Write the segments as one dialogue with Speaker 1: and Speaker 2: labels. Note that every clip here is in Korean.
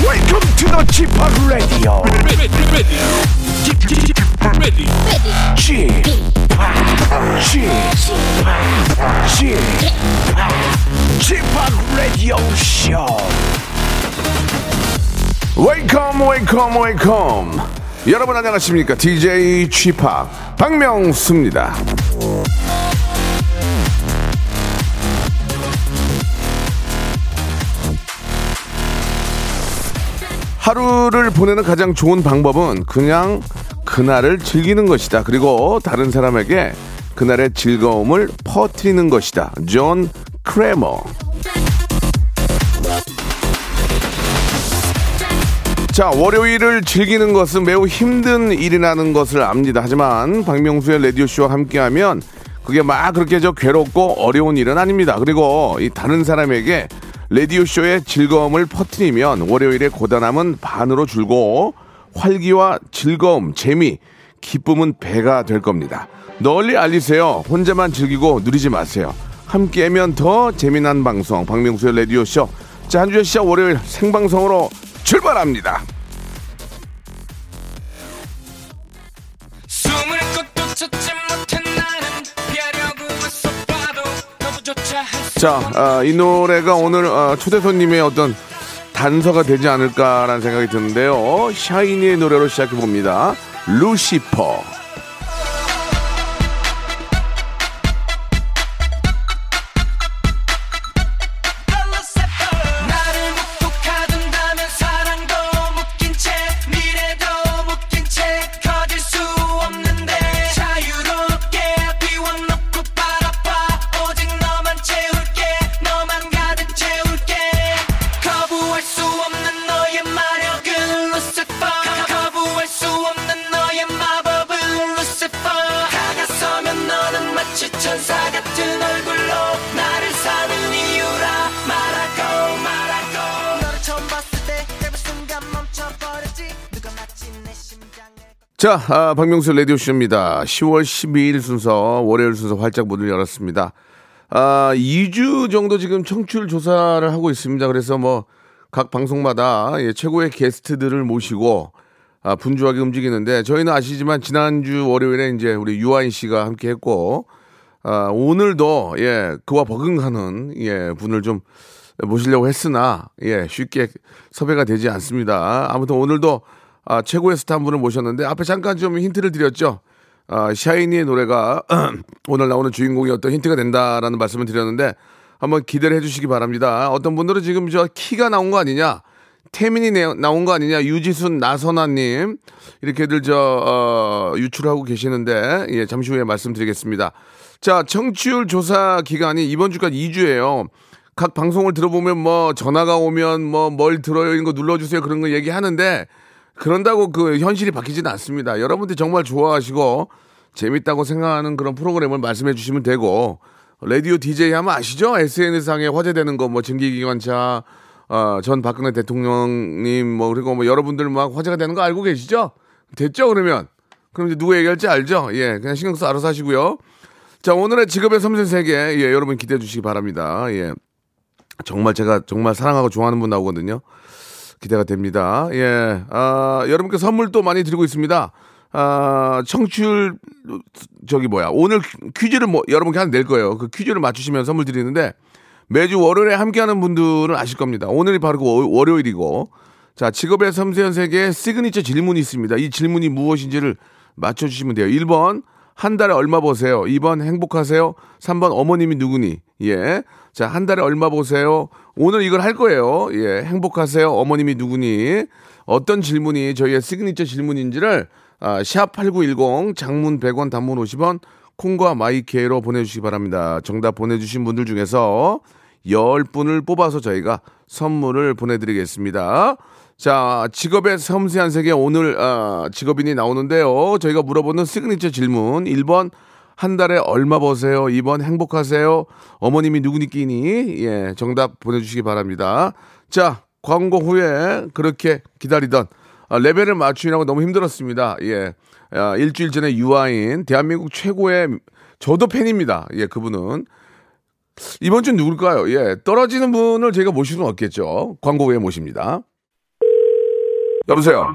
Speaker 1: Welcome to the g p o p Radio.
Speaker 2: ready, ready, ready,
Speaker 1: g p o p g p o p g p o p Radio Show.
Speaker 3: 웨이컴 웨이컴 웨이컴 여러분 안녕하십니까 DJ g p o p 박명수입니다 하루를 보내는 가장 좋은 방법은 그냥 그날을 즐기는 것이다. 그리고 다른 사람에게 그날의 즐거움을 퍼뜨리는 것이다. 존 크레머. 자, 월요일을 즐기는 것은 매우 힘든 일이라는 것을 압니다. 하지만 박명수의 라디오쇼와 함께하면 그게 막 그렇게 저 괴롭고 어려운 일은 아닙니다. 그리고 이 다른 사람에게 라디오쇼의 즐거움을 퍼뜨리면 월요일의 고단함은 반으로 줄고 활기와 즐거움, 재미, 기쁨은 배가 될 겁니다. 널리 알리세요. 혼자만 즐기고 누리지 마세요. 함께하면 더 재미난 방송 박명수의 라디오쇼 자, 한 주의 시작 월요일 생방송으로 출발합니다.
Speaker 4: 숨을 것도 찾지 못한 나는 피하려고 애써봐도 너무조차 할수
Speaker 3: 자, 아, 이 노래가 오늘 아, 초대 손님의 어떤 단서가 되지 않을까라는 생각이 드는데요. 샤이니의 노래로 시작해 봅니다. 루시퍼.
Speaker 4: 나를 목독하던 다면 사랑도 묶인 채 미래도 묶인 채 커질 수 없는데 자유롭게 비워놓고 바라봐 오직 너만 채울게 너만 가득 채울게 거부할 수 없는 너의 마력은 루시퍼 거부할 수 없는 너의 마법은 루시퍼 다가서면 너는 마치 천사 같은 얼굴로 나를 사는 이유라 말하고 말하고 너를 처음 봤을 때 대부 순간 멈춰버렸지 누가 마치 내 심장을
Speaker 3: 자, 아, 박명수 라디오 쇼입니다. 10월 12일 순서 월요일 순서 활짝 문을 열었습니다. 아, 2주 정도 지금 청취율 조사를 하고 있습니다. 그래서 뭐 각 방송마다 예, 최고의 게스트들을 모시고 아, 분주하게 움직이는데 저희는 아시지만 지난주 월요일에 이제 우리 유아인 씨가 함께 했고 아, 오늘도 예, 그와 버금가는 예, 분을 좀 모시려고 했으나 예, 쉽게 섭외가 되지 않습니다. 아무튼 오늘도 아, 최고의 스타 한 분을 모셨는데 앞에 잠깐 좀 힌트를 드렸죠. 아, 샤이니의 노래가 오늘 나오는 주인공이 어떤 힌트가 된다라는 말씀을 드렸는데 한번 기대를 해주시기 바랍니다. 어떤 분들은 지금 저 키가 나온 거 아니냐, 태민이 내- 나온 거 아니냐, 유지순 나선아님 이렇게들 저 어, 유출하고 계시는데 예, 잠시 후에 말씀드리겠습니다. 자, 청취율 조사 기간이 이번 주까지 2주예요. 각 방송을 들어보면 뭐 전화가 오면 뭐 뭘 들어요 이런 거 눌러주세요 그런 거 얘기하는데 그런다고 그 현실이 바뀌진 않습니다. 여러분들 이 정말 좋아하시고 재밌다고 생각하는 그런 프로그램을 말씀해 주시면 되고 라디오 DJ 하면 아시죠? SNS상에 화제되는 거 뭐 증기기관차 어, 전 박근혜 대통령님 뭐 그리고 뭐 여러분들 막 화제가 되는 거 알고 계시죠? 됐죠 그러면 그럼 이제 누구 얘기할지 알죠? 예 그냥 신경 써 알아서 하시고요. 자 오늘의 직업의 섬세세계 예, 여러분 기대해 주시기 바랍니다. 예 정말 제가 정말 사랑하고 좋아하는 분 나오거든요. 기대가 됩니다. 예. 아, 여러분께 선물 또 많이 드리고 있습니다. 아, 청취율, 저기 뭐야. 오늘 퀴즈를 뭐, 여러분께 하나 낼 거예요. 그 퀴즈를 맞추시면 선물 드리는데 매주 월요일에 함께하는 분들은 아실 겁니다. 오늘이 바로 그 월- 월요일이고. 자, 직업의 섬세한 세계에 시그니처 질문이 있습니다. 이 질문이 무엇인지를 맞춰주시면 돼요. 1번, 한 달에 얼마 버세요? 2번, 행복하세요? 3번, 어머님이 누구니? 예. 자, 한 달에 얼마 보세요? 오늘 이걸 할 거예요. 예. 행복하세요? 어머님이 누구니? 어떤 질문이 저희의 시그니처 질문인지를 아, 샵8910 장문 100원 단문 50원 콩과 마이케이로 보내주시기 바랍니다. 정답 보내주신 분들 중에서 10분을 뽑아서 저희가 선물을 보내드리겠습니다. 자, 직업의 섬세한 세계 오늘 아, 직업인이 나오는데요. 저희가 물어보는 시그니처 질문 1번 한 달에 얼마 버세요? 2번 행복하세요? 어머님이 누구니끼니? 예, 정답 보내주시기 바랍니다. 자, 광고 후에 그렇게 기다리던 아, 레벨을 맞추느라고 너무 힘들었습니다. 예. 아, 일주일 전에 유아인, 대한민국 최고의, 저도 팬입니다. 예, 그분은. 이번 주는 누굴까요? 예, 떨어지는 분을 제가 모실 수는 없겠죠. 광고 후에 모십니다. 여보세요.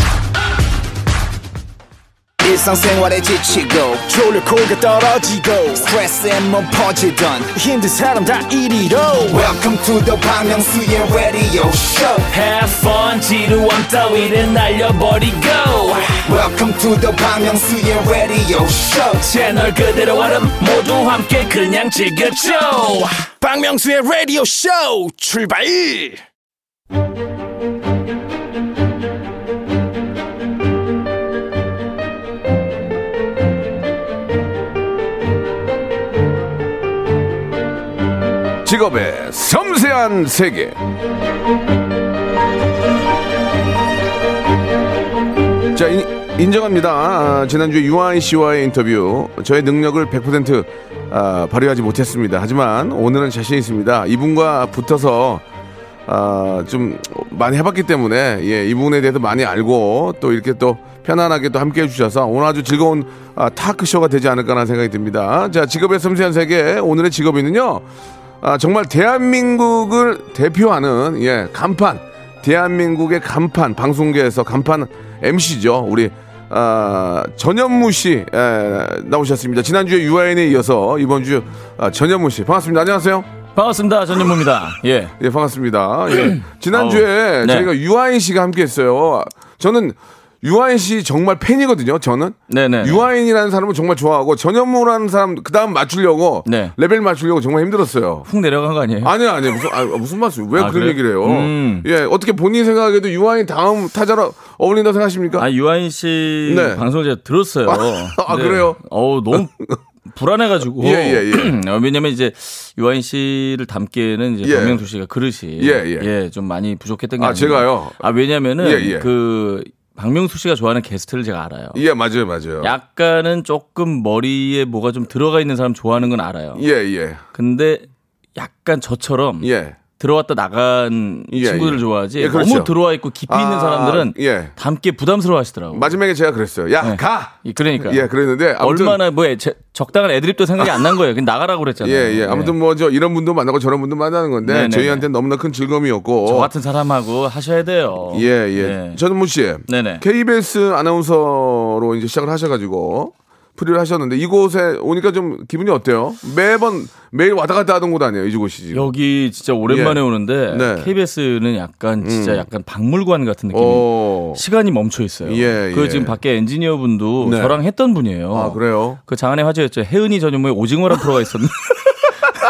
Speaker 5: 일상생활에 지치고, 졸려 코가 떨어지고, 스트레스에 몸 퍼지던, 힘든 사람 다 이리로. welcome to the Bang Myung-soo's radio show
Speaker 6: Have fun 지루함 따위를 날려버리고
Speaker 5: welcome to the Bang Myung-soo's radio show
Speaker 6: 채널 그대로 와름 모두 함께 그냥 즐겨줘
Speaker 5: 박명수의 라디오 쇼 출발
Speaker 3: 직업의 섬세한 세계. 자, 인, 정합니다 아, 지난주에 유아인 씨와의 인터뷰. 저의 능력을 100% 아, 발휘하지 못했습니다. 하지만 오늘은 자신 있습니다. 이분과 붙어서 아, 좀 많이 해봤기 때문에 예, 이 부분에 대해서 많이 알고 또 이렇게 또 편안하게 또 함께 해주셔서 오늘 아주 즐거운 아, 타크쇼가 되지 않을까라는 생각이 듭니다. 자, 직업의 섬세한 세계 오늘의 직업인은요. 아, 정말 대한민국을 대표하는 예, 간판 대한민국의 간판 방송계에서 간판 MC죠. 우리 아, 전현무 씨 예, 나오셨습니다. 지난주에 유아인에 이어서 이번 주 아, 전현무 씨 반갑습니다. 안녕하세요.
Speaker 6: 반갑습니다 전현무입니다 예
Speaker 3: 예, 반갑습니다. 예. 지난주에
Speaker 6: 어우, 네.
Speaker 3: 저희가 유아인 씨가 함께 했어요. 저는 유아인 씨 정말 팬이거든요, 저는.
Speaker 6: 네네
Speaker 3: 유아인이라는 사람은 정말 좋아하고 전현무라는 사람 그다음 맞추려고
Speaker 6: 네.
Speaker 3: 레벨 맞추려고 정말 힘들었어요.
Speaker 6: 훅 내려간 거 아니에요?
Speaker 3: 아니요, 아니요. 무슨, 아, 무슨 말씀, 왜 그런
Speaker 6: 아, 그래요?
Speaker 3: 얘기를 해요?
Speaker 6: 음.
Speaker 3: 예, 어떻게 본인 생각에도 유아인 다음 타자로 어울린다고 생각하십니까?
Speaker 6: 아 유아인 씨
Speaker 3: 네.
Speaker 6: 방송을 제가 들었어요.
Speaker 3: 아,
Speaker 6: 근데
Speaker 3: 그래요?
Speaker 6: 어우 너무 불안해가지고.
Speaker 3: 예, 예, 예.
Speaker 6: 어, 왜냐면 이제 유아인 씨를 담기에는 이제
Speaker 3: 예.
Speaker 6: 박명수 씨가 그릇이
Speaker 3: 예, 예.
Speaker 6: 좀 많이 부족했던 게
Speaker 3: 아,
Speaker 6: 아닌가.
Speaker 3: 제가요?
Speaker 6: 아 왜냐면은
Speaker 3: 예, 예.
Speaker 6: 그 박명수 씨가 좋아하는 게스트를 제가 알아요.
Speaker 3: 예, 맞아요, 맞아요.
Speaker 6: 약간은 조금 머리에 뭐가 좀 들어가 있는 사람 좋아하는 건 알아요.
Speaker 3: 예, 예,
Speaker 6: 근데 약간 저처럼
Speaker 3: 예.
Speaker 6: 들어왔다 나간
Speaker 3: 예,
Speaker 6: 친구들을
Speaker 3: 예.
Speaker 6: 좋아하지
Speaker 3: 예, 그렇죠.
Speaker 6: 너무 들어와 있고 깊이
Speaker 3: 아,
Speaker 6: 있는 사람들은
Speaker 3: 예.
Speaker 6: 담기 부담스러워하시더라고요.
Speaker 3: 마지막에 제가 그랬어요. 야,
Speaker 6: 네.
Speaker 3: 가!
Speaker 6: 이- 그러니까
Speaker 3: 예, 그랬는데 아무튼
Speaker 6: 얼마나 뭐 애- 제- 적당한 애드립도 생각이 안 난 거예요. 그냥 나가라고 그랬잖아요.
Speaker 3: 예, 예. 아무튼 뭐 저 이런 분도 만나고 저런 분도 만나는 건데
Speaker 6: 네. 네네네.
Speaker 3: 저희한테는 너무나 큰 즐거움이었고.
Speaker 6: 저 같은 사람하고 하셔야 돼요.
Speaker 3: 뭐 예, 예.
Speaker 6: 예.
Speaker 3: 전은무 씨.
Speaker 6: 네네.
Speaker 3: KBS 아나운서로 이제 시작을 하셔 가지고 프리를 하셨는데 이곳에 오니까 좀 기분이 어때요? 매번 매일 왔다 갔다 하던 곳 아니에요? 이곳이 지금.
Speaker 6: 여기 진짜 오랜만에
Speaker 3: 예.
Speaker 6: 오는데
Speaker 3: 네. 음.
Speaker 6: KBS는 약간 진짜 약간 박물관 같은 느낌이
Speaker 3: 어.
Speaker 6: 시간이 멈춰 있어요.
Speaker 3: 예,
Speaker 6: 그
Speaker 3: 예.
Speaker 6: 지금 밖에 엔지니어분도
Speaker 3: 네.
Speaker 6: 저랑 했던 분이에요.
Speaker 3: 아, 그래요?
Speaker 6: 그 장안의 화제였죠. 혜은이 전현무의 오징어란 프로가 있었는데.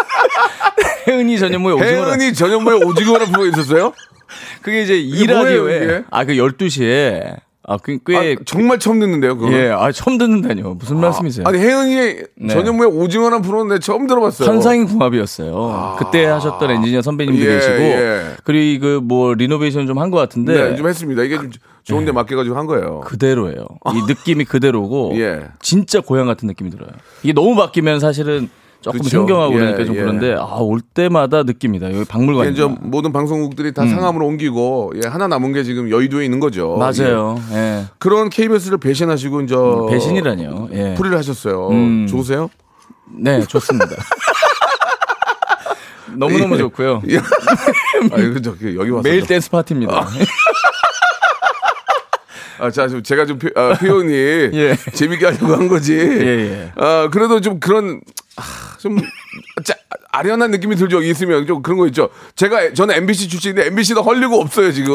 Speaker 6: 혜은이 전현무의 오징어란
Speaker 3: 혜은이 전현무의 오징어를 부르고 있었어요?
Speaker 6: 그게 이제 이
Speaker 3: 이게 뭐예요, 이게?
Speaker 6: 라디오에 아 그 12시에 아꽤
Speaker 3: 아,
Speaker 6: 꽤
Speaker 3: 정말 처음 듣는데요, 그거.
Speaker 6: 예, 아 처음 듣는다뇨. 무슨 말씀이세요?
Speaker 3: 아니 혜은이
Speaker 6: 네.
Speaker 3: 전현무의 오징어란 부르는데 처음 들어봤어요.
Speaker 6: 환상의 궁합이었어요. 그때 하셨던 엔지니어 선배님들이시고
Speaker 3: 아. 예, 예.
Speaker 6: 그리고 그 뭐 리노베이션 좀 한 것 같은데
Speaker 3: 네, 좀 했습니다. 이게 좀 좋은 데 맞게 가지고 한 거예요.
Speaker 6: 네. 그대로예요. 이 느낌이 그대로고
Speaker 3: 아. 예.
Speaker 6: 진짜 고향 같은 느낌이 들어요. 이게 너무 바뀌면 사실은 조금
Speaker 3: 그쵸.
Speaker 6: 생경하고
Speaker 3: 예,
Speaker 6: 그러니까 좀
Speaker 3: 예.
Speaker 6: 그런데 아 올 때마다 느낍니다. 여기 박물관.
Speaker 3: 이게 이제 모든 방송국들이 다 상암으로 옮기고 예, 하나 남은 게 지금 여의도에 있는 거죠. 예.
Speaker 6: 음. 맞아요. 예.
Speaker 3: 그런 KBS를 배신하시고 이제
Speaker 6: 배신이라니요. 예.
Speaker 3: 풀이를 하셨어요.
Speaker 6: 음.
Speaker 3: 좋으세요?
Speaker 6: 네, 좋습니다. 너무너무
Speaker 3: 예.
Speaker 6: 좋고요.
Speaker 3: 예. 아, 이거 저기 여기 와서
Speaker 6: 매일
Speaker 3: 좀-
Speaker 6: 댄스 파티입니다.
Speaker 3: 아, 자, 지금 제가 좀 표, 아, 표현이
Speaker 6: 예.
Speaker 3: 재밌게 하려고 한 거지.
Speaker 6: 예.
Speaker 3: 아, 그래도 좀 그런 아, 좀 짜, 아련한 느낌이 들죠. 있으면 좀 그런 거 있죠. 제가 저는 MBC 출신인데 MBC도 헐리고 없어요 지금.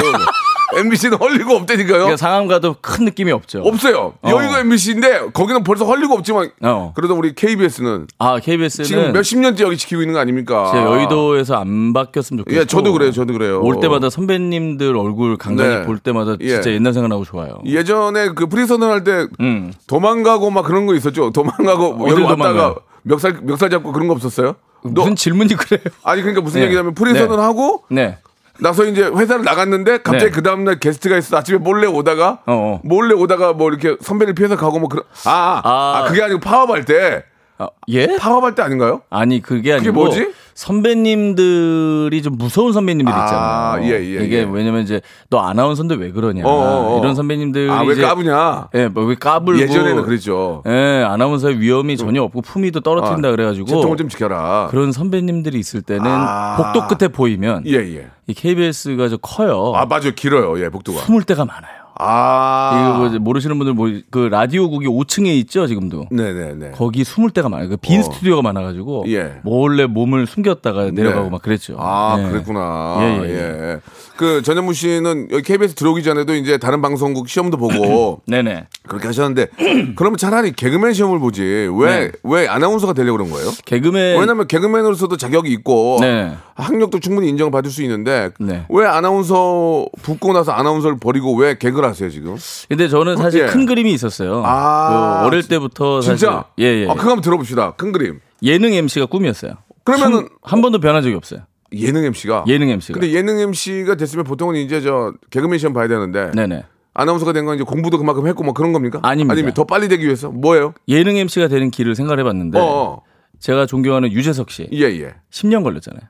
Speaker 3: MBC는 헐리고 없다니까요.
Speaker 6: 그러니까 상암가도 큰 느낌이 없죠.
Speaker 3: 없어요.
Speaker 6: 어.
Speaker 3: 여기가 MBC인데 거기는 벌써 헐리고 없지만
Speaker 6: 어.
Speaker 3: 그래도 우리 KBS는
Speaker 6: 아 KBS는
Speaker 3: 지금 몇십 년째 여기 지키고 있는 거 아닙니까?
Speaker 6: 진짜 여의도에서 안 바뀌었으면 좋겠고.
Speaker 3: 예, 저도 그래요. 저도 그래요.
Speaker 6: 올 때마다 선배님들 얼굴 간간히
Speaker 3: 네.
Speaker 6: 볼 때마다 진짜
Speaker 3: 예.
Speaker 6: 옛날 생각나고 좋아요.
Speaker 3: 예전에 그 프리선언 할 때
Speaker 6: 음.
Speaker 3: 도망가고 막 그런 거 있었죠. 도망가고 뭐 여기
Speaker 6: 어딜
Speaker 3: 왔다가
Speaker 6: 도망가요?
Speaker 3: 멱살 멱살 잡고 그런 거 없었어요? 너-
Speaker 6: 무슨 질문이 그래요?
Speaker 3: 아니 그러니까 무슨
Speaker 6: 네.
Speaker 3: 얘기냐면 프리선언
Speaker 6: 네.
Speaker 3: 하고
Speaker 6: 네.
Speaker 3: 나서 이제 회사를 나갔는데 갑자기
Speaker 6: 네.
Speaker 3: 그 다음날 게스트가 있어 아침에 몰래 오다가
Speaker 6: 어, 어.
Speaker 3: 몰래 오다가 뭐 이렇게 선배를 피해서 가고 뭐 그런 아, 아,
Speaker 6: 아.
Speaker 3: 그게 아니고 파업할 때
Speaker 6: 아, 예?
Speaker 3: 파업할 때 아닌가요?
Speaker 6: 아니 그게 아니고
Speaker 3: 뭐지?
Speaker 6: 선배님들이 좀 무서운 선배님들
Speaker 3: 아,
Speaker 6: 있잖아요.
Speaker 3: 예, 예,
Speaker 6: 이게
Speaker 3: 예.
Speaker 6: 왜냐면 이제 너 아나운서인데 왜 그러냐
Speaker 3: 어, 어, 어.
Speaker 6: 이런 선배님들이
Speaker 3: 아 왜
Speaker 6: 그 이제-
Speaker 3: 까부냐?
Speaker 6: 예, 뭐왜 까불고
Speaker 3: 예전에는 그랬죠.
Speaker 6: 예, 아나운서의 위험이 전혀 없고 품위도 떨어뜨린다
Speaker 3: 아,
Speaker 6: 그래가지고
Speaker 3: 채통을 좀 지켜라.
Speaker 6: 그런 선배님들이 있을 때는
Speaker 3: 아.
Speaker 6: 복도 끝에 보이면
Speaker 3: 예 예.
Speaker 6: 이 KBS가 좀 커요.
Speaker 3: 아 맞아요 길어요 예 복도가.
Speaker 6: 숨을 데가 많아요.
Speaker 3: 아
Speaker 6: 이거 뭐 이제 모르시는 분들 뭐 그 라디오국이 5층에 있죠 지금도.
Speaker 3: 네네네.
Speaker 6: 거기 숨을 데가 많아요. 그 빈
Speaker 3: 음. 어.
Speaker 6: 스튜디오가 많아가지고
Speaker 3: 예.
Speaker 6: 몰래 몸을 숨겼다가 내려가고
Speaker 3: 네.
Speaker 6: 막 그랬죠.
Speaker 3: 아,
Speaker 6: 예.
Speaker 3: 그랬구나.
Speaker 6: 예,
Speaker 3: 예,
Speaker 6: 예, 예.
Speaker 3: 그 전현무 씨는 여기 KBS 들어오기 전에도 이제 다른 방송국 시험도 보고
Speaker 6: 네네.
Speaker 3: 그렇게 하셨는데 그러면 차라리 개그맨 시험을 보지 왜 왜
Speaker 6: 네.
Speaker 3: 아나운서가 되려고 그런 거예요?
Speaker 6: 개그맨
Speaker 3: 왜냐면 개그맨으로서도 자격이 있고
Speaker 6: 네.
Speaker 3: 학력도 충분히 인정받을 수 있는데
Speaker 6: 네.
Speaker 3: 왜 아나운서 붙고 나서 아나운서를 버리고 왜 개그를 하세요 지금?
Speaker 6: 근데 저는 사실
Speaker 3: 예.
Speaker 6: 큰 그림이 있었어요.
Speaker 3: 아,
Speaker 6: 그 어릴 때부터 사실
Speaker 3: 진짜?
Speaker 6: 예, 예.
Speaker 3: 아, 그거 한번 들어봅시다. 큰 그림.
Speaker 6: 예능 MC가 꿈이었어요.
Speaker 3: 그러면은
Speaker 6: 한, 한 번도 변한 적이 없어요.
Speaker 3: 예능 MC가.
Speaker 6: 예능 MC가.
Speaker 3: 근데 예능 MC가 됐으면 보통은 이제 저 개그맨 시험 봐야 되는데
Speaker 6: 네네.
Speaker 3: 아나운서가 된 건 이제 공부도 그만큼 했고 뭐 그런 겁니까?
Speaker 6: 아닙니다.
Speaker 3: 아니면 더 빨리 되기 위해서 뭐예요?
Speaker 6: 예능 MC가 되는 길을 생각해봤는데
Speaker 3: 어, 어.
Speaker 6: 제가 존경하는 유재석 씨
Speaker 3: 예, 예.
Speaker 6: 10년 걸렸잖아요.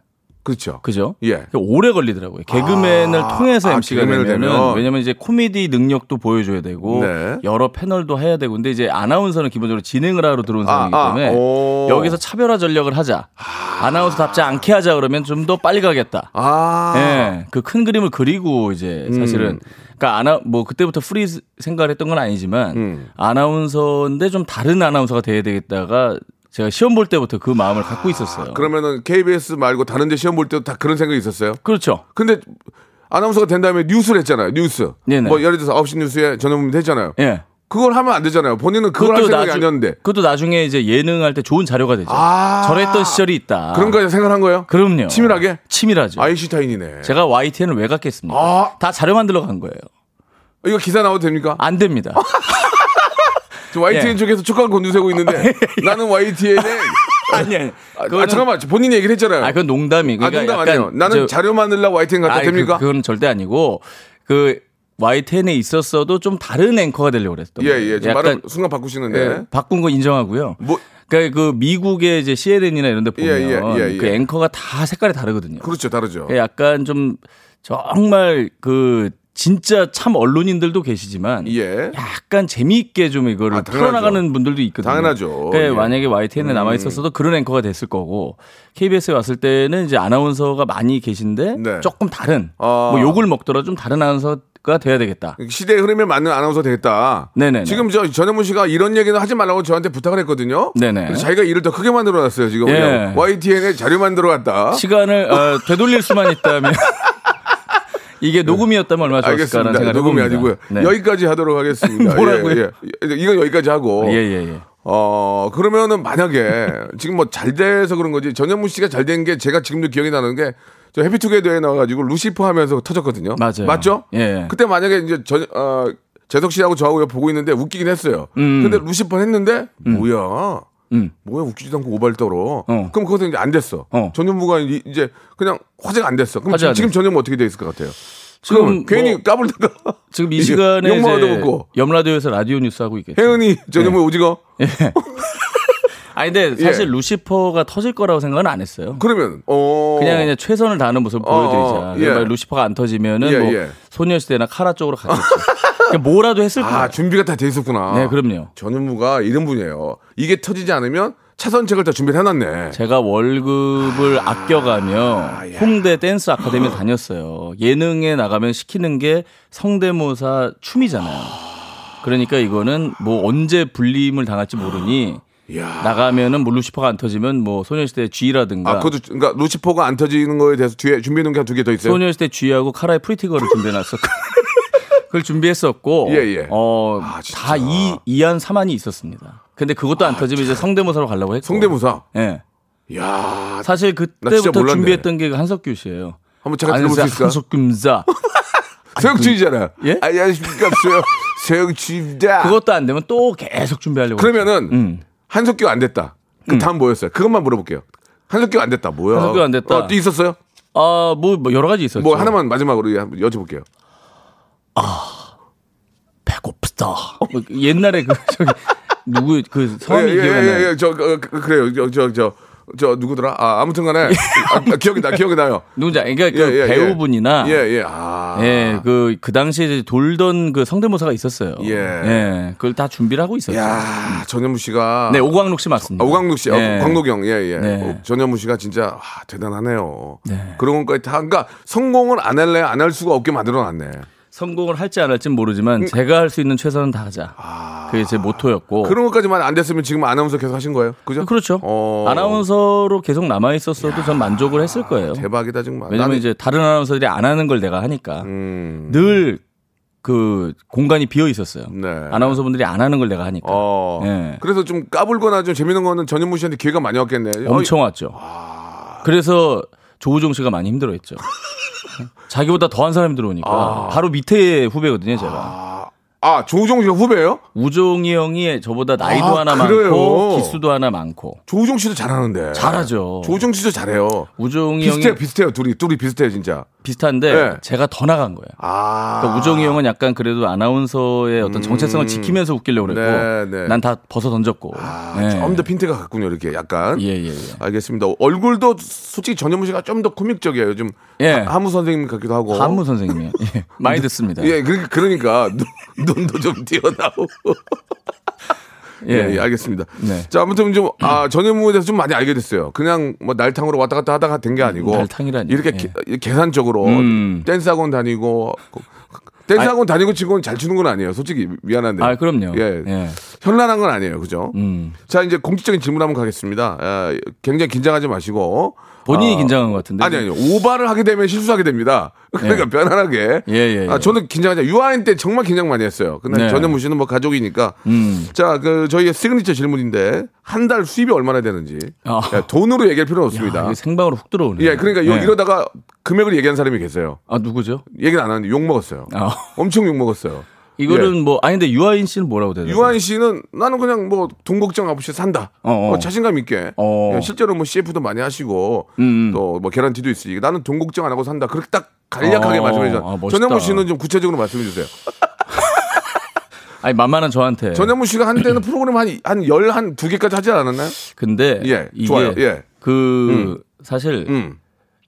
Speaker 3: 그렇죠.
Speaker 6: 그죠? 그러니까
Speaker 3: 예.
Speaker 6: 오래 걸리더라고요. 개그맨을 통해서
Speaker 3: 아,
Speaker 6: MC가
Speaker 3: 개그맨을
Speaker 6: 되면은
Speaker 3: 되면.
Speaker 6: 왜냐면 이제 코미디 능력도 보여줘야 되고
Speaker 3: 네.
Speaker 6: 여러 패널도 해야 되고 근데 이제 아나운서는 기본적으로 진행을 하러 들어온 사람이기
Speaker 3: 아,
Speaker 6: 때문에
Speaker 3: 오.
Speaker 6: 여기서 차별화 전략을 하자 아나운서답지 않게 하자 그러면 좀 더 빨리 가겠다.
Speaker 3: 아. 음.
Speaker 6: 예, 그 큰 그림을 그리고 이제 사실은 그러니까 아나 뭐 그때부터 프리 생각을 했던 건 아니지만
Speaker 3: 음.
Speaker 6: 아나운서인데 좀 다른 아나운서가 돼야 되겠다가 제가 시험 볼 때부터 그 마음을 갖고 있었어요.
Speaker 3: 그러면은 KBS 말고 다른 데 시험 볼 때도 다 그런 생각이 있었어요?
Speaker 6: 그렇죠.
Speaker 3: 근데 아나운서가 된 다음에 뉴스를 했잖아요. 뉴스.
Speaker 6: 네네.
Speaker 3: 뭐 예를 들어서 9시 뉴스에 전현무 했잖아요.
Speaker 6: 예.
Speaker 3: 그걸 하면 안 되잖아요. 본인은 그걸 할 생각이 아니었는데.
Speaker 6: 그것도 나중에 이제 예능 할 때 좋은 자료가 되죠.
Speaker 3: 아.
Speaker 6: 저랬던 시절이 있다.
Speaker 3: 그런 거 생각한 거예요?
Speaker 6: 그럼요.
Speaker 3: 치밀하게?
Speaker 6: 치밀하죠.
Speaker 3: 아이시타인이네.
Speaker 6: 그렇죠. 제가 YTN을 왜 갔겠습니까?
Speaker 3: 아.
Speaker 6: 다 자료 만들러 간 거예요.
Speaker 3: 이거 기사 나와도 됩니까?
Speaker 6: 안 됩니다.
Speaker 3: 지금 YTN
Speaker 6: 아, 예. 아,
Speaker 3: 쪽에서 축하를 곤두세고 있는데 나는 YTN에
Speaker 6: 아니, 아니.
Speaker 3: 아, 잠깐만 본인 얘기를 했잖아요.
Speaker 6: 아, 그건 농담이.
Speaker 3: 아,
Speaker 6: 그러니까
Speaker 3: 농담
Speaker 6: 약간
Speaker 3: 아니에요. 나는
Speaker 6: 저-
Speaker 3: 자료 만들라고 YTN 갔다
Speaker 6: 아이,
Speaker 3: 됩니까?
Speaker 6: 그, 그건 절대 아니고 그 YTN에 있었어도 좀 다른 앵커가 되려고 그랬던
Speaker 3: 예, 네.
Speaker 6: 거예요.
Speaker 3: 예. 지금 말을 순간 바꾸시는데.
Speaker 6: 예, 바꾼 거 인정하고요.
Speaker 3: 뭐
Speaker 6: 그러니까 그 미국의 이제 CNN이나 이런 데 보면
Speaker 3: 예, 예, 예, 예.
Speaker 6: 그 앵커가 다 색깔이 다르거든요.
Speaker 3: 그렇죠. 다르죠.
Speaker 6: 예, 약간 좀 정말 그 진짜 참 언론인들도 계시지만
Speaker 3: 예.
Speaker 6: 약간 재미있게 좀 이거를
Speaker 3: 아, 당연하죠.
Speaker 6: 풀어나가는 분들도 있거든요.
Speaker 3: 당연하죠.
Speaker 6: 그러니까
Speaker 3: 예.
Speaker 6: 만약에 YTN에 남아 있었어도 그런 앵커가 됐을 거고 KBS에 왔을 때는 이제 아나운서가 많이 계신데
Speaker 3: 네.
Speaker 6: 조금 다른
Speaker 3: 아.
Speaker 6: 뭐 욕을 먹더라도 좀 다른 아나운서가 돼야 되겠다.
Speaker 3: 시대의 흐름에 맞는 아나운서 되겠다.
Speaker 6: 네네네.
Speaker 3: 지금 저 전현무 씨가 이런 얘기는 하지 말라고 저한테 부탁을 했거든요.
Speaker 6: 네네.
Speaker 3: 근데 자기가 일을 더 크게 만들어 놨어요. 지금
Speaker 6: 예.
Speaker 3: 그냥 YTN에 자료 만들어 갔다.
Speaker 6: 시간을 어, 되돌릴 수만 있다면 이게 녹음이었다면 얼마나 좋았을까라는
Speaker 3: 네. 알겠습니다.
Speaker 6: 생각을
Speaker 3: 녹음이
Speaker 6: 해봅니다.
Speaker 3: 아니고요.
Speaker 6: 네.
Speaker 3: 여기까지 하도록 하겠습니다.
Speaker 6: 뭐라고요?
Speaker 3: 예, 예. 이건 여기까지 하고.
Speaker 6: 예, 예, 예.
Speaker 3: 어, 그러면은 만약에 지금 뭐 잘 돼서 그런 거지 전현무 씨가 잘 된 게 제가 지금도 기억이 나는 게 저 해피투게더에 나와가지고 루시퍼 하면서 터졌거든요.
Speaker 6: 맞아요.
Speaker 3: 맞죠?
Speaker 6: 예.
Speaker 3: 그때 만약에 이제 전, 어, 재석 씨하고 저하고 옆 보고 있는데 웃기긴 했어요. 근데 루시퍼 했는데 뭐야.
Speaker 6: 음.
Speaker 3: 뭐야 웃기지도 않고 오발 떨어.
Speaker 6: 어.
Speaker 3: 그럼 그것도 이제 안 됐어.
Speaker 6: 어.
Speaker 3: 전현무가 이- 이제 그냥 화제가 안 됐어. 그럼
Speaker 6: 화제
Speaker 3: 지금,
Speaker 6: 안
Speaker 3: 지금 전현무 어떻게 돼 있을 것 같아요?
Speaker 6: 지금
Speaker 3: 그럼 괜히
Speaker 6: 뭐-
Speaker 3: 까불다가 예,
Speaker 6: 지금 이 시간에
Speaker 3: 욕 먹어도
Speaker 6: 이제 예.
Speaker 3: 먹고. 예.
Speaker 6: 염라도에서 라디오 뉴스 하고 있겠죠.
Speaker 3: 혜은이 전현무 오징어
Speaker 6: 아니
Speaker 3: 예.
Speaker 6: 근데 사실 루시퍼가 터질 거라고 생각은 안 했어요.
Speaker 3: 그러면 어
Speaker 6: 그냥 그냥 최선을 다하는 모습 을
Speaker 3: 어,
Speaker 6: 보여드리자.
Speaker 3: 어, 예.
Speaker 6: 만약 루시퍼가 안 터지면은
Speaker 3: 예,
Speaker 6: 뭐
Speaker 3: 예.
Speaker 6: 소녀시대나 카라 쪽으로 갔겠죠. 그러니까 뭐라도 했을 거예요.
Speaker 3: 아 준비가 다 돼 있었구나.
Speaker 6: 네, 그럼요.
Speaker 3: 전현무가 이런 분이에요. 이게 터지지 않으면 차선책을 다 준비를 해놨네.
Speaker 6: 제가 월급을
Speaker 3: 아,
Speaker 6: 아껴가며
Speaker 3: 예.
Speaker 6: 홍대 댄스 아카데미 다녔어요. 예능에 나가면 시키는 게 성대모사 춤이잖아요. 그러니까 이거는 뭐 언제 불림을 당할지 모르니
Speaker 3: 이야.
Speaker 6: 나가면은 뭐 루시퍼가 안 터지면 뭐 소녀시대 G라든가
Speaker 3: 아, 그것도 그러니까 루치포가 안 터지는 거에 대해서 뒤에 준비해 놓은 게 두 개 더 있어요.
Speaker 6: 소녀시대 G하고 카라의 프리티걸을 준비해놨었고 그걸 준비했었고
Speaker 3: 예, 예.
Speaker 6: 어,
Speaker 1: 아, 진짜.
Speaker 6: 다 이, 이한 사만이 있었습니다. 근데 그것도 안 터지면 이제 성대모사로 가려고 했고.
Speaker 3: 아, 성대모사.
Speaker 6: 예.
Speaker 3: 야
Speaker 6: 사실
Speaker 3: 진짜
Speaker 6: 그때부터
Speaker 3: 몰랐네.
Speaker 6: 준비했던 게 한석규 씨예요.
Speaker 3: 한번 제가 들어볼 수 있을까?
Speaker 6: 한석규입니다.
Speaker 3: 세혁준이잖아요.
Speaker 6: 그 예?
Speaker 3: 안녕하십니까 세혁 세혁준입니다.
Speaker 6: 그것도 안 되면 또 계속 준비하려고.
Speaker 3: 그러면은
Speaker 6: 음.
Speaker 3: 한석규 안 됐다. 그 다음 뭐였어요? 그것만 물어볼게요. 한석규 안 됐다. 뭐야?
Speaker 6: 한석규 안 됐다.
Speaker 3: 어, 또 있었어요?
Speaker 6: 아, 뭐, 뭐 여러 가지 있었죠.
Speaker 3: 뭐 하나만 마지막으로 여- 한번 여쭤볼게요.
Speaker 6: 배고프다. 뭐 옛날에 그 저기 누구 그 성함이
Speaker 3: 예, 예,
Speaker 6: 기억 안 나요.
Speaker 3: 예, 예, 저 어, 그- 그래요. 저 저 저 저 누구더라? 아, 아무튼간에 아, 아, 기억이 나, 기억이 나요.
Speaker 6: 누군지 알- 그러니까
Speaker 3: 예,
Speaker 6: 그
Speaker 3: 예, 예.
Speaker 6: 배우분이나
Speaker 3: 예, 예, 아,
Speaker 6: 예, 그, 그 당시에 이제 돌던 그 성대모사가 있었어요.
Speaker 3: 예.
Speaker 6: 그걸 다 준비를 하고 있었죠.
Speaker 3: 야, 전현무 씨가
Speaker 6: 네, 오광록 씨 맞습니다.
Speaker 3: 아, 오광록 씨,
Speaker 6: 예.
Speaker 3: 아, 광록형, 예, 예.
Speaker 6: 네.
Speaker 3: 어, 전현무 씨가 진짜 와, 대단하네요. 그런 것까지 다, 그러니까 성공을 안 할래, 안 할 수가 없게 만들어놨네.
Speaker 6: 성공을 할지 안 할지는 모르지만
Speaker 3: 음.
Speaker 6: 제가 할 수 있는 최선은 다 하자. 그게 제 모토였고.
Speaker 3: 아. 그런 것까지만 안 됐으면 지금 아나운서 계속 하신 거예요, 그죠?
Speaker 6: 어. 그렇죠.
Speaker 3: 어.
Speaker 6: 아나운서로 계속 남아 있었어도 전 만족을 했을 거예요.
Speaker 3: 대박이다 정말.
Speaker 6: 왜냐면
Speaker 3: 나는- 음.
Speaker 6: 이제 다른 아나운서들이 안 하는 걸 내가 하니까 늘 그 공간이 비어 있었어요.
Speaker 3: 네.
Speaker 6: 아나운서분들이 안 하는 걸 내가 하니까
Speaker 3: 어.
Speaker 6: 예.
Speaker 3: 그래서 좀 까불거나 좀 재밌는 거는 전현무 씨한테 기회가 많이 왔겠네.
Speaker 6: 어, 엄청 왔죠.
Speaker 3: 아.
Speaker 6: 그래서 조우종 씨가 많이 힘들어했죠. 자기보다 더한 사람이 들어오니까 바로 밑에 후배거든요, 제가.
Speaker 3: 아, 조우종 씨가 후배예요?
Speaker 6: 우종이 형이 저보다 나이도
Speaker 3: 아,
Speaker 6: 하나
Speaker 3: 그래요?
Speaker 6: 많고 기수도 하나 많고
Speaker 3: 조우종 씨도 잘하는데.
Speaker 6: 잘하죠.
Speaker 3: 조우종 씨도 잘해요.
Speaker 6: 우종이
Speaker 3: 비슷해요,
Speaker 6: 형이
Speaker 3: 비슷해요. 둘이 둘이 비슷해요, 진짜.
Speaker 6: 비슷한데
Speaker 3: 네.
Speaker 6: 제가 더 나간 거예요.
Speaker 3: 아.
Speaker 6: 그러니까 우정이 형은 약간 그래도 아나운서의 어떤 정체성을 지키면서 웃기려고
Speaker 3: 음. 네,
Speaker 6: 그랬고
Speaker 3: 네.
Speaker 6: 난 다 벗어 던졌고 네.
Speaker 3: 아, 좀 더 핀트가 같군요, 이렇게 약간.
Speaker 6: 예, 예, 예.
Speaker 3: 알겠습니다. 얼굴도 솔직히 전현무 씨가 좀 더 코믹적이에요. 좀
Speaker 6: 예.
Speaker 3: 하- 하무 선생님 같기도 하고.
Speaker 6: 한무 선생님이 예. 많이 듣습니다.
Speaker 3: 뭐? 예, 그러니까, 그러니까 눈, 눈도 좀 튀어나오고. 예,
Speaker 6: 예.
Speaker 3: 예, 알겠습니다.
Speaker 6: 네.
Speaker 3: 자, 아무튼 좀, 아, 전현무에 대해서 좀 많이 알게 됐어요. 그냥 뭐 날탕으로 왔다 갔다 하다가 된 게 아니고.
Speaker 6: 날탕이라니.
Speaker 3: 이렇게
Speaker 6: 예.
Speaker 3: 게- 계산적으로
Speaker 6: 음.
Speaker 3: 댄스 학원 다니고. 댄스 학원 다니고 치고는 잘 추는 건 아니에요. 솔직히 미안한데.
Speaker 6: 아, 그럼요.
Speaker 3: 예.
Speaker 6: 예.
Speaker 3: 현란한 건 아니에요. 그죠?
Speaker 6: 음.
Speaker 3: 자, 이제 공식적인 질문 한번 가겠습니다. 아, 굉장히 긴장하지 마시고.
Speaker 6: 본인이
Speaker 3: 아,
Speaker 6: 긴장한 것 같은데.
Speaker 3: 아니 아니요 오바를 하게 되면 실수하게 됩니다. 그러니까
Speaker 6: 예.
Speaker 3: 편안하게.
Speaker 6: 예, 예,
Speaker 3: 아
Speaker 6: 예.
Speaker 3: 저는 긴장하자. 유아인 때 정말 긴장 많이 했어요. 근데
Speaker 6: 네.
Speaker 3: 전현무 씨는 뭐 가족이니까.
Speaker 6: 음.
Speaker 3: 자 그 저희의 시그니처 질문인데 한 달 수입이 얼마나 되는지
Speaker 6: 아.
Speaker 3: 야, 돈으로 얘기할 필요는
Speaker 6: 야,
Speaker 3: 없습니다.
Speaker 6: 이거 그 생방으로 훅 들어오네.
Speaker 3: 예, 그러니까 요-
Speaker 6: 예.
Speaker 3: 이러다가 금액을 얘기한 사람이 계세요.
Speaker 6: 아 누구죠?
Speaker 3: 얘기는 안 하는데 욕 먹었어요.
Speaker 6: 아.
Speaker 3: 엄청 욕 먹었어요.
Speaker 6: 이거는 뭐 아니 근데 유아인 씨는 뭐라고 되나?
Speaker 3: 예. 유아인 씨는 나는 그냥 뭐 돈 걱정 없이 산다.
Speaker 6: 어, 어.
Speaker 3: 뭐 자신감 있게.
Speaker 6: 어. 음,
Speaker 3: 그냥 실제로 뭐 CF도 많이 하시고 또 뭐 계란티도 있으니까 나는 돈 걱정 안 하고 산다. 그렇게 딱 간략하게
Speaker 6: 어,
Speaker 3: 말씀해 주세요.
Speaker 6: 아, 멋있다. 네.
Speaker 3: 전현무 씨는 좀 구체적으로 말씀해 주세요.
Speaker 6: 아니 만만한 저한테.
Speaker 3: 전현무 씨가 한때는 프로그램 한한열한두 개까지 하지 않았나요?
Speaker 6: 근데
Speaker 3: 예,
Speaker 6: 이게
Speaker 3: 좋아요. 예.
Speaker 6: 그 사실
Speaker 3: 음.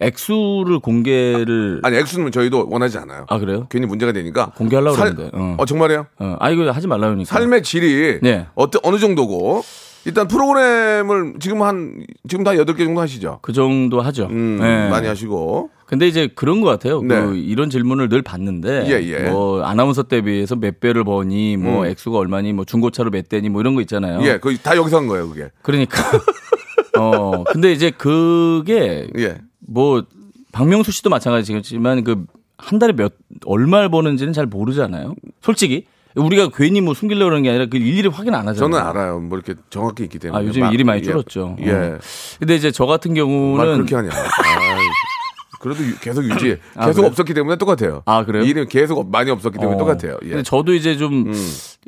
Speaker 6: 액수를 공개를
Speaker 3: 아니 액수는 저희도 원하지 않아요.
Speaker 6: 아 그래요?
Speaker 3: 괜히 문제가 되니까
Speaker 6: 공개하려고
Speaker 3: 살-
Speaker 6: 그러는데,
Speaker 3: 어.
Speaker 6: 어.
Speaker 3: 정말이에요?
Speaker 6: 어, 아 이거 하지 말라 그러니까.
Speaker 3: 삶의 질이
Speaker 6: 네.
Speaker 3: 어떤 어느 정도고 일단 프로그램을 지금 한 지금 다 여덟 개 정도 하시죠.
Speaker 6: 그 정도 하죠.
Speaker 3: 음,
Speaker 6: 예.
Speaker 3: 많이 하시고
Speaker 6: 근데 이제 그런 것 같아요.
Speaker 3: 네.
Speaker 6: 그 이런 질문을 늘 받는데
Speaker 3: 예, 예.
Speaker 6: 뭐 아나운서 때 비해서 몇 배를 버니, 뭐 액수가 얼마니, 뭐 중고차로 몇 대니, 뭐 이런 거 있잖아요.
Speaker 3: 예, 그 다 여기서 한 거예요, 그게.
Speaker 6: 그러니까 어 근데 이제 그게
Speaker 3: 예.
Speaker 6: 뭐 박명수 씨도 마찬가지겠지만 그 한 달에 몇 얼마를 버는지는 잘 모르잖아요. 솔직히 우리가 괜히 뭐 숨기려고 그러는 게 아니라 그 일일이 확인 안 하잖아요.
Speaker 3: 저는 알아요. 뭐 이렇게 정확히 있기 때문에.
Speaker 6: 네. 아, 요즘 일이 많이 줄었죠.
Speaker 3: 예.
Speaker 6: 어. 근데 이제 저 같은
Speaker 3: 말
Speaker 6: 경우는
Speaker 3: 그렇게 하냐. 아이, 그래도 유- 계속 유지. 계속
Speaker 6: 아, 그래요?
Speaker 3: 없었기 때문에 똑같아요.
Speaker 6: 아, 그래요?
Speaker 3: 일이 계속 많이 없었기 때문에
Speaker 6: 어.
Speaker 3: 똑같아요. 예. 음.
Speaker 6: 근데 저도 이제 좀,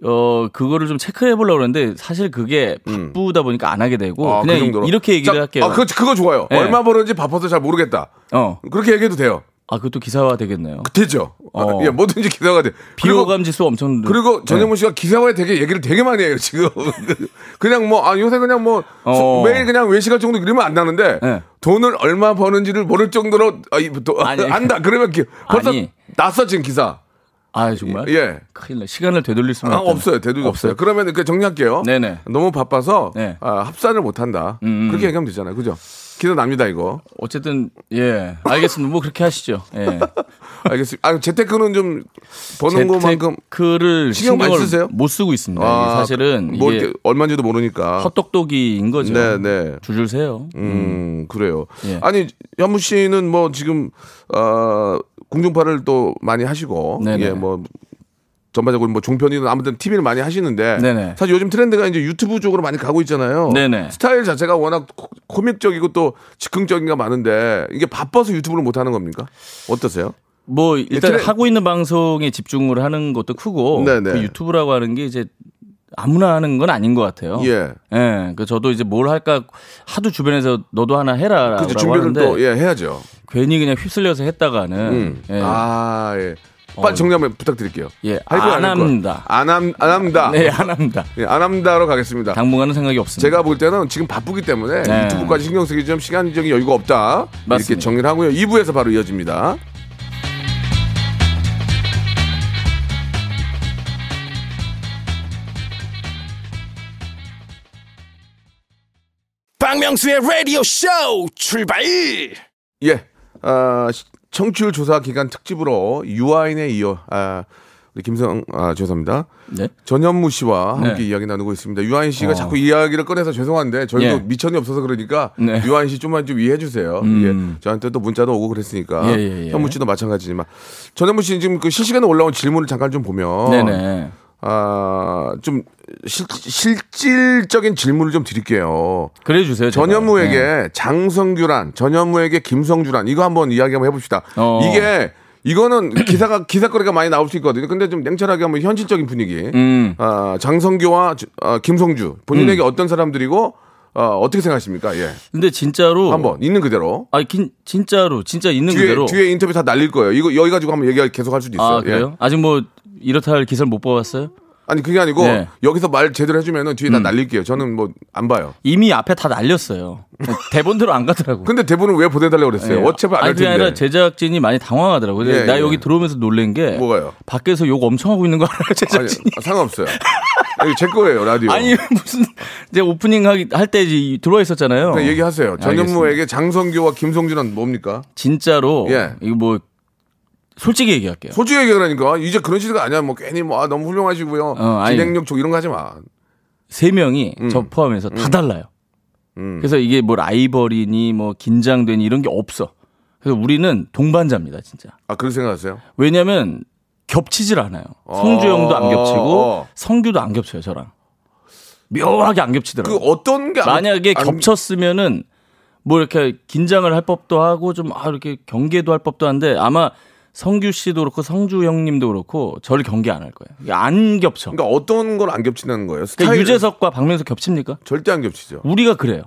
Speaker 6: 어, 그거를 좀 체크해 보려고 그러는데 사실 그게 바쁘다 보니까 안 하게 되고
Speaker 3: 음. 아,
Speaker 6: 그냥
Speaker 3: 그 정도로.
Speaker 6: 이렇게 얘기를
Speaker 3: 자,
Speaker 6: 할게요.
Speaker 3: 아, 그거, 그거 좋아요.
Speaker 6: 예.
Speaker 3: 얼마 버는지 바빠서 잘 모르겠다.
Speaker 6: 어.
Speaker 3: 그렇게 얘기해도 돼요.
Speaker 6: 아, 그것도 기사화 되겠네요.
Speaker 3: 되죠. 아,
Speaker 6: 어.
Speaker 3: 예, 뭐든지 기사가 돼. 그리고-
Speaker 6: 비호감 지수 엄청.
Speaker 3: 음. 그리고 전현무
Speaker 6: 네.
Speaker 3: 씨가 기사화에 되게 얘기를 되게 많이 해요 지금 그냥 뭐 아 요새 그냥 뭐
Speaker 6: 어.
Speaker 3: 매일 그냥 외식할 정도 이러면 안 나는데
Speaker 6: 네.
Speaker 3: 돈을 얼마 버는지를 모를 정도로 아, 이, 도,
Speaker 6: 아니.
Speaker 3: 안다 그러면 기- 벌써
Speaker 6: 아니.
Speaker 3: 났어 지금 기사
Speaker 6: 아, 정말?
Speaker 3: 예.
Speaker 6: 큰일 나. 시간을 되돌릴 수는
Speaker 3: 아,
Speaker 6: 없다네.
Speaker 3: 없어요 대두도 없어요 그러면 그 정리할게요
Speaker 6: 네네.
Speaker 3: 너무 바빠서
Speaker 6: 네. 음,
Speaker 3: 아, 합산을 못 한다 그렇게 얘기하면 되잖아요 그죠 기사 납니다 이거
Speaker 6: 어쨌든, 예. 알겠습니다. 뭐 그렇게 하시죠. 예.
Speaker 3: 알겠습니다 아 재테크는 좀 버는 것만큼
Speaker 6: 재테크를
Speaker 3: 신경 많이
Speaker 6: 신경을
Speaker 3: 쓰세요?
Speaker 6: 못 쓰고 있습니다. 네, 이게
Speaker 3: 아,
Speaker 6: 사실은
Speaker 3: 뭐
Speaker 6: 이게
Speaker 3: 이렇게 얼마인지도 모르니까
Speaker 6: 헛똑똑이인 거죠.
Speaker 3: 네, 네.
Speaker 6: 줄줄 세요.
Speaker 3: 음, 그래요.
Speaker 6: 예.
Speaker 3: 아니, 현무 씨는 뭐 지금, 어, 공중파를 아, 또 많이 하시고,
Speaker 6: 네네.
Speaker 3: 예, 뭐, 전반적으로 뭐 종편이든 아무튼 TV를 많이 하시는데
Speaker 6: 네네.
Speaker 3: 사실 요즘 트렌드가 이제 유튜브 쪽으로 많이 가고 있잖아요.
Speaker 6: 네네.
Speaker 3: 스타일 자체가 워낙 코- 코믹적이고 또 즉흥적인 게 많은데 이게 바빠서 유튜브를 못 하는 겁니까? 어떠세요?
Speaker 6: 뭐 일단
Speaker 3: 트레-
Speaker 6: 하고 있는 방송에 집중을 하는 것도 크고
Speaker 3: 네네.
Speaker 6: 그 유튜브라고 하는 게 이제 아무나 하는 건 아닌 것 같아요.
Speaker 3: 예.
Speaker 6: 예, 그 저도 이제 뭘 할까 하도 주변에서 너도 하나 해라.
Speaker 3: 그죠
Speaker 6: 라고
Speaker 3: 준비를
Speaker 6: 하는데
Speaker 3: 또 예 해야죠.
Speaker 6: 괜히 그냥 휩쓸려서 했다가는
Speaker 3: 음.
Speaker 6: 예. 어.
Speaker 3: 아 예. 빨리 정리 한번 부탁드릴게요.
Speaker 6: 예,
Speaker 3: 할 거야,
Speaker 6: 안
Speaker 3: 안할 거야?
Speaker 6: 합니다.
Speaker 3: 안, 함, 안 합니다.
Speaker 6: 네, 안 합니다.
Speaker 3: 예, 안 합니다로 가겠습니다.
Speaker 6: 당분간은 생각이 없습니다.
Speaker 3: 제가 볼 때는 지금 바쁘기 때문에
Speaker 6: 네.
Speaker 3: 유튜브까지 신경 쓰기 좀 시간적인 여유가 없다. 이렇게
Speaker 6: 맞습니다.
Speaker 3: 정리를 하고요. 2부에서 바로 이어집니다.
Speaker 2: 박명수의 라디오 쇼 출발
Speaker 3: 예. 아, 시- 청취율 조사 기간 특집으로 유아인에 이어 아, 우리 김성 아 죄송합니다.
Speaker 6: 네.
Speaker 3: 전현무 씨와
Speaker 6: 네.
Speaker 3: 함께 이야기 나누고 있습니다. 유아인 씨가
Speaker 6: 어.
Speaker 3: 자꾸 이야기를 꺼내서 죄송한데 저희도
Speaker 6: 예.
Speaker 3: 미천이 없어서 그러니까
Speaker 6: 네.
Speaker 3: 유아인 씨 좀만 좀 이해해 주세요.
Speaker 6: 음.
Speaker 3: 예. 저한테 또 문자도 오고 그랬으니까
Speaker 6: 예, 예, 예.
Speaker 3: 현무 씨도 마찬가지지만 전현무 씨는 지금 그 실시간에 올라온 질문을 잠깐 좀 보면
Speaker 6: 네네.
Speaker 3: 아, 좀 실, 실질적인 질문을 좀 드릴게요.
Speaker 6: 그래 주세요. 제발.
Speaker 3: 전현무에게
Speaker 6: 네.
Speaker 3: 장성규란, 전현무에게 김성주란 이거 한번 이야기 한번 해봅시다.
Speaker 6: 어.
Speaker 3: 이게 이거는 기사가 기사거리가 많이 나올 수 있거든요. 근데 좀 냉철하게 한번 현실적인 분위기.
Speaker 6: 음.
Speaker 3: 아, 장성규와 주- 아, 김성주 본인에게 어떤 사람들이고 어, 떻게 생각하십니까? 예,
Speaker 6: 근데 진짜로
Speaker 3: 한번 있는 그대로.
Speaker 6: 아, 긴, 진짜로 진짜 어. 있는
Speaker 3: 뒤에,
Speaker 6: 그대로
Speaker 3: 뒤에 인터뷰 다 날릴 거예요. 이거 여기 가지고 한번 얘기 계속 할 수도 있어요.
Speaker 6: 아, 그래요?
Speaker 3: 예.
Speaker 6: 아직 뭐 이렇다 할 기사를 못 뽑았어요?
Speaker 3: 아니 그게 아니고
Speaker 6: 네. 음.
Speaker 3: 여기서 말 제대로 해주면은 뒤에 다 날릴게요. 저는 뭐 안 봐요.
Speaker 6: 이미 앞에 다 날렸어요. 대본대로 안 가더라고.
Speaker 3: 근데 대본은 왜 보내달라고 그랬어요?
Speaker 6: 예.
Speaker 3: 어차피 안
Speaker 6: 아니,
Speaker 3: 할
Speaker 6: 그게
Speaker 3: 텐데.
Speaker 6: 아니라 제작진이 많이 당황하더라고요.
Speaker 3: 예,
Speaker 6: 나
Speaker 3: 예.
Speaker 6: 여기 들어오면서 놀란 게
Speaker 3: 뭐가요?
Speaker 6: 밖에서 욕 엄청 하고 있는 거 알아요,
Speaker 3: 아니,
Speaker 6: 제작진.
Speaker 3: 상관없어요. 이거 제 거예요 라디오.
Speaker 6: 아니, 무슨 이제 오프닝 할때 들어와 있었잖아요.
Speaker 3: 그냥 얘기하세요.
Speaker 6: 알겠습니다.
Speaker 3: 전현무에게 장성규와 김성준은 뭡니까?
Speaker 6: 진짜로
Speaker 3: 예.
Speaker 6: 이거 뭐 솔직히 얘기할게요.
Speaker 3: 소주 얘기하니까 이제 그런 시대가 아니야. 뭐 괜히 뭐 아, 너무 훌륭하시고요.
Speaker 6: 어, 아니.
Speaker 3: 진행력 좋 이런 거 하지 마.
Speaker 6: 세 명이
Speaker 3: 음.
Speaker 6: 저 포함해서 다 달라요. 그래서 이게 뭐 라이벌이니 뭐 긴장되니 이런 게 없어. 그래서 우리는 동반자입니다, 진짜.
Speaker 3: 아 그런 생각하세요?
Speaker 6: 왜냐면 겹치질 않아요. 성주 형도 안 겹치고
Speaker 3: 어.
Speaker 6: 성규도 안 겹쳐요, 저랑. 묘하게 안
Speaker 3: 그
Speaker 6: 겹치더라고요.
Speaker 3: 어떤 게 안-
Speaker 6: 만약에
Speaker 3: 안-
Speaker 6: 겹쳤으면은 뭐 이렇게 긴장을 할 법도 하고 좀 아 이렇게 경계도 할 법도 한데 아마 성규 씨도 그렇고 성주 형님도 그렇고 저를 경계 안 할 거예요. 이게 안 겹쳐.
Speaker 3: 그러니까 어떤 걸 안 겹친다는 거예요?
Speaker 6: 그러니까
Speaker 3: 스타일
Speaker 6: 유재석과 박명수 겹칩니까?
Speaker 3: 절대 안 겹치죠.
Speaker 6: 우리가 그래요.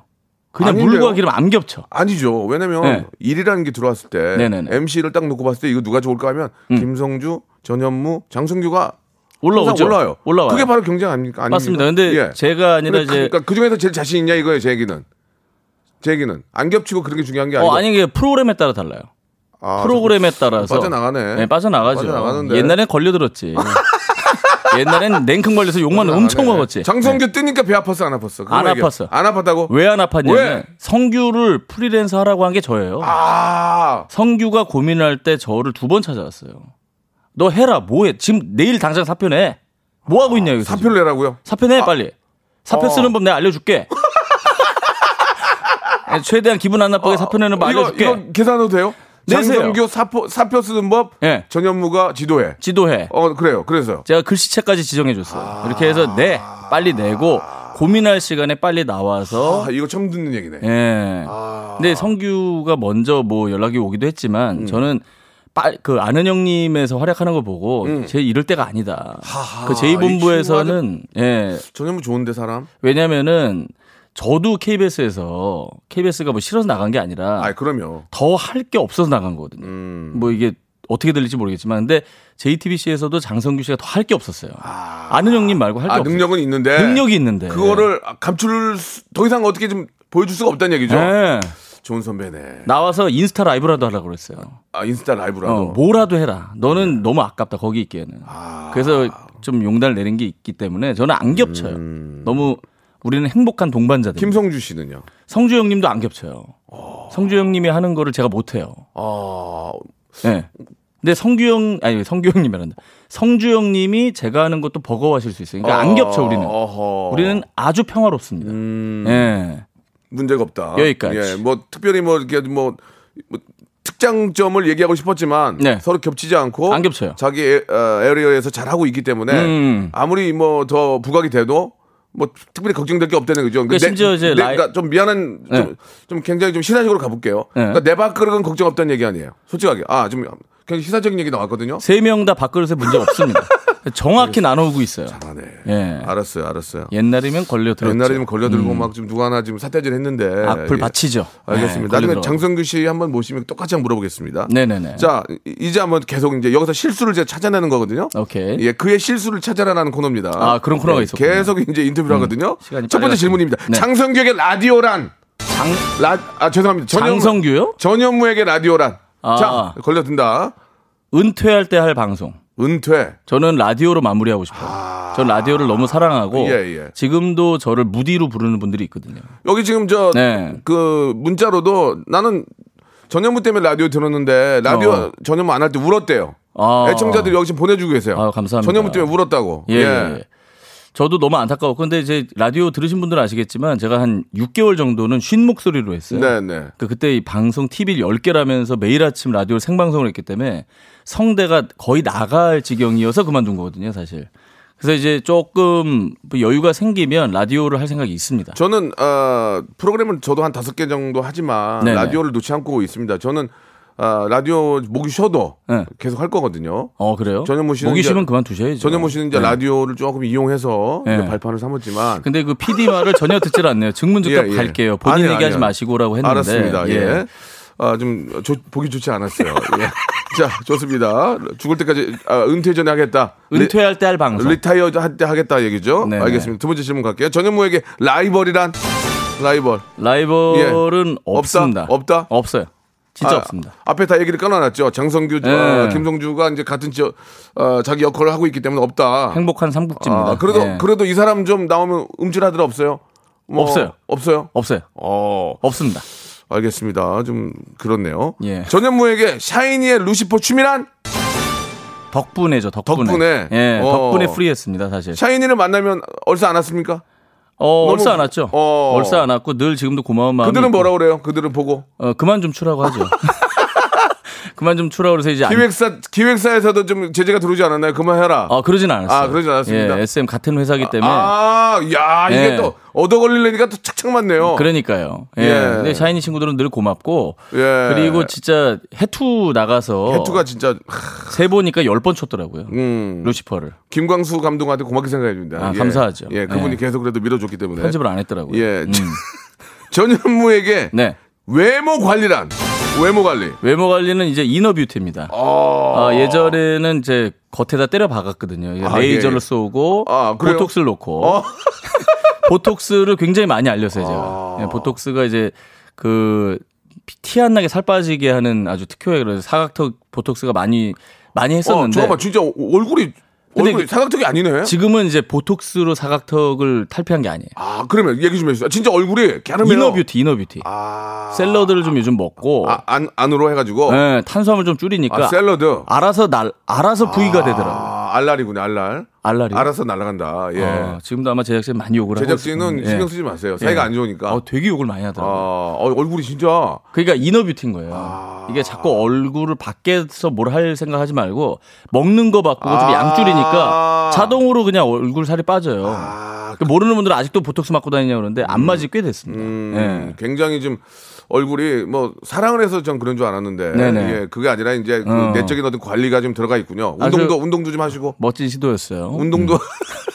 Speaker 6: 그냥
Speaker 3: 아닌데요?
Speaker 6: 물과 기름 안 겹쳐.
Speaker 3: 아니죠. 왜냐면
Speaker 6: 네.
Speaker 3: 일이라는 게 들어왔을 때
Speaker 6: 네네네. 음.
Speaker 3: MC를 딱 놓고 봤을 때 이거 누가 좋을까 하면 김성주, 전현무, 장성규가
Speaker 6: 올라오죠.
Speaker 3: 항상 올라요.
Speaker 6: 올라와요.
Speaker 3: 그게 바로 경쟁 아닙니까? 아닙니까?
Speaker 6: 맞습니다. 근데
Speaker 3: 예.
Speaker 6: 제가 아니라
Speaker 3: 근데 그-
Speaker 6: 이제
Speaker 3: 그러니까 그 중에서 제일 자신 있냐 이거예요. 제 얘기는. 제 얘기는 안 겹치고 그런 게 중요한 게 아니고.
Speaker 6: 어 아니 이게 프로그램에 따라 달라요.
Speaker 3: 아,
Speaker 6: 프로그램에 따라서
Speaker 3: 빠져나가네.
Speaker 6: 네, 빠져나가죠.
Speaker 3: 빠져나가는데.
Speaker 6: 옛날엔 걸려들었지. 옛날엔 냉큼 걸려서 욕만
Speaker 3: 아,
Speaker 6: 엄청
Speaker 3: 네.
Speaker 6: 먹었지.
Speaker 3: 장성규 뜨니까 배 아팠어, 안 아팠어? 그거
Speaker 6: 안
Speaker 3: 얘기해.
Speaker 6: 아팠어.
Speaker 3: 안 아팠다고?
Speaker 6: 왜 안 아팠냐면
Speaker 3: 왜?
Speaker 6: 성규를 프리랜서 하라고 한 게 저예요.
Speaker 3: 아,
Speaker 6: 성규가 고민할 때 저를 두 번 찾아왔어요. 너 해라 뭐해? 지금 내일 당장 사표 내. 뭐 하고 있냐 여기서.
Speaker 3: 사표를 내라고요?
Speaker 6: 지금. 사표 내 빨리. 사표
Speaker 3: 아. 어.
Speaker 6: 쓰는 법 내가 알려줄게. 아니, 최대한 기분 안 나쁘게 사표 내는 법
Speaker 3: 어. 이거,
Speaker 6: 네, 알려줄게.
Speaker 3: 이거 계산해도 돼요?
Speaker 6: 내세요.
Speaker 3: 장성규 사표, 사표 쓰는 법?
Speaker 6: 예.
Speaker 3: 전현무가 지도해.
Speaker 6: 지도해.
Speaker 3: 어, 그래요. 그래서.
Speaker 6: 제가 글씨체까지 지정해줬어요.
Speaker 3: 아.
Speaker 6: 이렇게 해서 내 빨리 내고 고민할 시간에 빨리 나와서
Speaker 3: 아, 이거 처음 듣는 얘기네.
Speaker 6: 예. 근데 성규가 먼저 뭐 연락이 오기도 했지만
Speaker 3: 음.
Speaker 6: 저는 빨 그 아는 형님에서 활약하는 거 보고
Speaker 3: 음.
Speaker 6: 제 이럴 때가 아니다. 그 제이 본부에서는 예.
Speaker 3: 전현무 좋은데, 사람?
Speaker 6: 왜냐면은 저도 KBS에서 KBS가 뭐 싫어서 나간 게 아니라
Speaker 3: 아, 그럼요.
Speaker 6: 더 할 게 없어서 나간 거거든요.
Speaker 3: 음.
Speaker 6: 뭐 이게 어떻게 들릴지 모르겠지만 근데 JTBC에서도 장성규 씨가 더 할 게 없었어요. 아. 는 형님 말고 할 게
Speaker 3: 아,
Speaker 6: 없어요.
Speaker 3: 능력은 있는데.
Speaker 6: 능력이 있는데
Speaker 3: 그거를 감출, 수- 더 이상 어떻게 좀 보여줄 수가 없다는 얘기죠.
Speaker 6: 예.
Speaker 3: 좋은 선배네.
Speaker 6: 나와서 인스타 라이브라도 하려고 그랬어요.
Speaker 3: 아, 인스타 라이브라도.
Speaker 6: 어, 뭐라도 해라.
Speaker 3: 예.
Speaker 6: 너는 너무 아깝다 거기 있기에는. 그래서 좀 용단을 내린 게 있기 때문에 저는 안 겹쳐요.
Speaker 3: 음.
Speaker 6: 너무 우리는 행복한 동반자들.
Speaker 3: 김성주 씨는요?
Speaker 6: 성주 형님도 안 겹쳐요. 성주 형님이 하는 거를 제가 못 해요.
Speaker 3: 아,
Speaker 6: 예. 근데 성규 형 아니 성규 형님이란다. 성주 형님이 제가 하는 것도 버거워하실 수 있어요. 그러니까 안 겹쳐 우리는.
Speaker 3: 어허.
Speaker 6: 우리는 아주 평화롭습니다. 예.
Speaker 3: 음. 문제가 없다.
Speaker 6: 여기까지.
Speaker 3: 예, 뭐 특별히 뭐 이렇게 뭐, 뭐 장점을 얘기하고 싶었지만
Speaker 6: 네.
Speaker 3: 서로 겹치지 않고
Speaker 6: 안 겹쳐요.
Speaker 3: 자기 에, 어, 에리어에서 잘하고 있기 때문에
Speaker 6: 음.
Speaker 3: 아무리 뭐 더 부각이 돼도 뭐 특별히 걱정될 게 없다는 거죠.
Speaker 6: 그러니까 심지어 이제 라이-
Speaker 3: 그러니까 좀 미안한 좀,
Speaker 6: 네.
Speaker 3: 좀 굉장히 좀 신화적으로 가볼게요. 그러니까 내 밥그릇은 걱정 없다는 얘기 아니에요. 솔직하게 아 좀 굉장히 시사적인 얘기 나왔거든요.
Speaker 6: 세 명 다 밥그릇에 문제 없습니다. 정확히 나누고 있어요.
Speaker 3: 아, 네.
Speaker 6: 예. 그렇죠.
Speaker 3: 알았어요, 알았어요.
Speaker 6: 옛날이면 걸려 들었죠. 음.
Speaker 3: 옛날에는 걸려들고 막 좀 누가 하나 지금 사태질 했는데 예.
Speaker 6: 앞을 받치죠.
Speaker 3: 알겠습니다.
Speaker 6: 네, 걸려
Speaker 3: 나중에
Speaker 6: 들어가고.
Speaker 3: 장성규 씨 한번 모시면 똑같이 한번 물어보겠습니다.
Speaker 6: 네네네.
Speaker 3: 자 이- 이제 한번 계속 이제 여기서 실수를 이제 찾아내는 거거든요.
Speaker 6: 오케이.
Speaker 3: 예, 그의 실수를 찾아라는 코너입니다.
Speaker 6: 아, 그런 코너가
Speaker 3: 예,
Speaker 6: 있었군요. 음,
Speaker 3: 계속 이제 인터뷰를 하거든요.
Speaker 6: 시간이
Speaker 3: 첫
Speaker 6: 빨리
Speaker 3: 번째
Speaker 6: 갔습니다.
Speaker 3: 질문입니다.
Speaker 6: 네.
Speaker 3: 장성규에게 라디오란
Speaker 6: 장,
Speaker 3: 라, 아 죄송합니다. 전현무,
Speaker 6: 장성규요?
Speaker 3: 전현무에게 라디오란
Speaker 6: 아.
Speaker 3: 자 걸려든다.
Speaker 6: 은퇴할 때 할 방송.
Speaker 3: 은퇴.
Speaker 6: 저는 라디오로 마무리하고 싶어요. 전 라디오를 너무 사랑하고
Speaker 3: 아. 예, 예.
Speaker 6: 지금도 저를 무디로 부르는 분들이 있거든요.
Speaker 3: 여기 지금 저 그
Speaker 6: 네.
Speaker 3: 문자로도 나는 전현무 때문에 라디오 들었는데 라디오
Speaker 6: 어.
Speaker 3: 전현무 안 할 때 울었대요.
Speaker 6: 아.
Speaker 3: 애청자들이 여기 지금 보내주고 계세요.
Speaker 6: 아, 감사합니다.
Speaker 3: 전현무 때문에 울었다고.
Speaker 6: 예. 저도 너무 안타까웠고 근데 이제 라디오 들으신 분들은 아시겠지만 제가 한 6개월 정도는 쉰 목소리로 했어요.
Speaker 3: 네, 네.
Speaker 6: 그 그때 이 방송 TV를 10개라면서 매일 아침 라디오를 생방송을 했기 때문에 성대가 거의 나갈 지경이어서 그만둔 거거든요, 사실. 그래서 이제 조금 뭐 여유가 생기면 라디오를 할 생각이 있습니다.
Speaker 3: 저는 어, 프로그램을 저도 한 다섯 개 정도 하지만
Speaker 6: 네네.
Speaker 3: 라디오를 놓지 않고 있습니다. 저는 어, 라디오 목이 쉬어도
Speaker 6: 네.
Speaker 3: 계속 할 거거든요.
Speaker 6: 어, 그래요?
Speaker 3: 전현무 씨는
Speaker 6: 목이
Speaker 3: 이제-
Speaker 6: 쉬면 그만두셔야죠.
Speaker 3: 전현무 씨는 이제 라디오를 조금 이용해서
Speaker 6: 네.
Speaker 3: 이제 발판을 삼았지만
Speaker 6: 근데 그 PD 말을 전혀 듣질 않네요. 증문즉답
Speaker 3: 예, 예.
Speaker 6: 갈게요. 본인
Speaker 3: 아니요,
Speaker 6: 얘기하지
Speaker 3: 아니요.
Speaker 6: 마시고라고 했는데.
Speaker 3: 알았습니다. 예. 아, 좀 조- 보기 좋지 않았어요. 예. 자, 좋습니다. 죽을 때까지 아, 은퇴 전에 하겠다. 리-
Speaker 6: 은퇴할 때 할 방송.
Speaker 3: 리타이어 할 때 하겠다 얘기죠.
Speaker 6: 네네.
Speaker 3: 알겠습니다. 두 번째 질문 갈게요. 전현무에게 라이벌이란 라이벌
Speaker 6: 라이벌은
Speaker 3: 예.
Speaker 6: 없습니다.
Speaker 3: 없다? 없다?
Speaker 6: 없어요. 진짜
Speaker 3: 아,
Speaker 6: 없습니다.
Speaker 3: 앞에 다 얘기를 끊어놨죠. 장성규,
Speaker 6: 예.
Speaker 3: 어, 김성주가 이제 같은 지 어, 자기 역할을 하고 있기 때문에 없다.
Speaker 6: 행복한 삼국지입니다.
Speaker 3: 아, 그래도
Speaker 6: 예.
Speaker 3: 그래도 이 사람 좀 나오면 음질하더라 없어요? 뭐,
Speaker 6: 없어요.
Speaker 3: 없어요.
Speaker 6: 없어요.
Speaker 3: 어,
Speaker 6: 없습니다.
Speaker 3: 알겠습니다. 좀 그렇네요.
Speaker 6: 예.
Speaker 3: 전현무에게 샤이니의 루시포 춤이란
Speaker 6: 덕분에죠. 덕분에.
Speaker 3: 덕분에?
Speaker 6: 예,
Speaker 3: 어.
Speaker 6: 덕분에 프리했습니다. 사실.
Speaker 3: 샤이니를 만나면 얼싸 않았습니까?
Speaker 6: 어,
Speaker 3: 너무-
Speaker 6: 얼싸 안 왔죠.
Speaker 3: 어.
Speaker 6: 얼싸 안 왔고 늘 지금도 고마운 마음.
Speaker 3: 그들은 뭐라 그래요? 그들은 보고
Speaker 6: 어, 그만 좀 추라고 하죠. 그만 좀 추라고 해서 이제 안-
Speaker 3: 기획사 기획사에서도 좀 제재가 들어오지 않았나요? 그만해라.
Speaker 6: 아, 네. 그러진 않았어요.
Speaker 3: 아, 그러진 않았습니다.
Speaker 6: 예, SM 같은 회사기 때문에
Speaker 3: 아, 야, 이게
Speaker 6: 예.
Speaker 3: 또 얻어 걸리려니까 또 착착 맞네요.
Speaker 6: 그러니까요. 예.
Speaker 3: 예.
Speaker 6: 근데 샤이니 친구들은 늘 고맙고
Speaker 3: 예.
Speaker 6: 그리고 진짜 해투 나가서
Speaker 3: 해투가 진짜 하,
Speaker 6: 세 보니까 열 번 쳤더라고요.
Speaker 3: 음,
Speaker 6: 루시퍼를
Speaker 3: 김광수 감독한테 고맙게 생각해 줍니다.
Speaker 6: 아, 감사하죠.
Speaker 3: 예, 그분이
Speaker 6: 예.
Speaker 3: 계속 그래도 밀어줬기 때문에.
Speaker 6: 편집을 안 했더라고요. 음.
Speaker 3: 예. 전현무에게
Speaker 6: 네.
Speaker 3: 외모 관리란 외모 관리. 어,
Speaker 6: 외모 관리는 이제 이너 뷰티입니다. 아, 예전에는 이제 겉에다 때려 박았거든요.
Speaker 3: 아,
Speaker 6: 레이저를
Speaker 3: 예.
Speaker 6: 쏘고
Speaker 3: 아, 그래요?
Speaker 6: 보톡스를 놓고
Speaker 3: 어.
Speaker 6: 보톡스를 굉장히 많이 알렸어요, 제가.
Speaker 3: 아.
Speaker 6: 예, 보톡스가 이제 그 티 안 나게 살 빠지게 하는 아주 특효예요. 그래서 사각턱 보톡스가 많이 많이
Speaker 3: 어,
Speaker 6: 했었는데
Speaker 3: 잠깐만 진짜 오- 얼굴이
Speaker 6: 근데
Speaker 3: 얼굴이
Speaker 6: 그-
Speaker 3: 사각턱이 아니네.
Speaker 6: 지금은 이제 보톡스로 사각턱을 탈피한 게 아니에요.
Speaker 3: 아, 그러면 얘기 좀 해주세요. 진짜 얼굴이 갸름해요.
Speaker 6: 이너 뷰티, 이너 뷰티.
Speaker 3: 아,
Speaker 6: 샐러드를 좀 요즘 먹고
Speaker 3: 아, 안 안으로 해가지고.
Speaker 6: 예, 탄수화물 좀 줄이니까
Speaker 3: 아, 샐러드.
Speaker 6: 알아서 날 그러니까 알아서 부위가 되더라고요.
Speaker 3: 아, 알랄이군요, 알랄.
Speaker 6: 알랄이요?
Speaker 3: 알아서 날아간다. 예.
Speaker 6: 어, 지금도 아마 제작진 많이 욕을 하고
Speaker 3: 제작진은
Speaker 6: 있을
Speaker 3: 신경
Speaker 6: 텐데.
Speaker 3: 쓰지 마세요. 사이가
Speaker 6: 예.
Speaker 3: 안 좋으니까.
Speaker 6: 어, 되게 욕을 많이
Speaker 3: 아, 아.
Speaker 6: 하더라고요.
Speaker 3: 어, 얼굴이 진짜
Speaker 6: 그러니까 이너뷰티인 거예요. 이게 자꾸 얼굴을 밖에서 뭘 할 생각하지 말고 먹는 거 바꾸고 좀
Speaker 3: 아.
Speaker 6: 양줄이니까 자동으로 그냥 얼굴 살이 빠져요.
Speaker 3: 아,
Speaker 6: 그 모르는 분들은 아직도 보톡스 맞고 다니냐 그러는데 안 맞이 꽤 됐습니다.
Speaker 3: 음,
Speaker 6: 예.
Speaker 3: 굉장히 좀 얼굴이 뭐 사랑을 해서 전 그런 줄 알았는데
Speaker 6: 네네.
Speaker 3: 예, 그게 아니라 이제 그
Speaker 6: 어.
Speaker 3: 내적인 어떤 관리가 좀 들어가 있군요.
Speaker 6: 아, 뭐? 음.
Speaker 3: 운동도
Speaker 6: 그-
Speaker 3: 운동도 좀 하시고
Speaker 6: 멋진 시도였어요.
Speaker 3: 운동도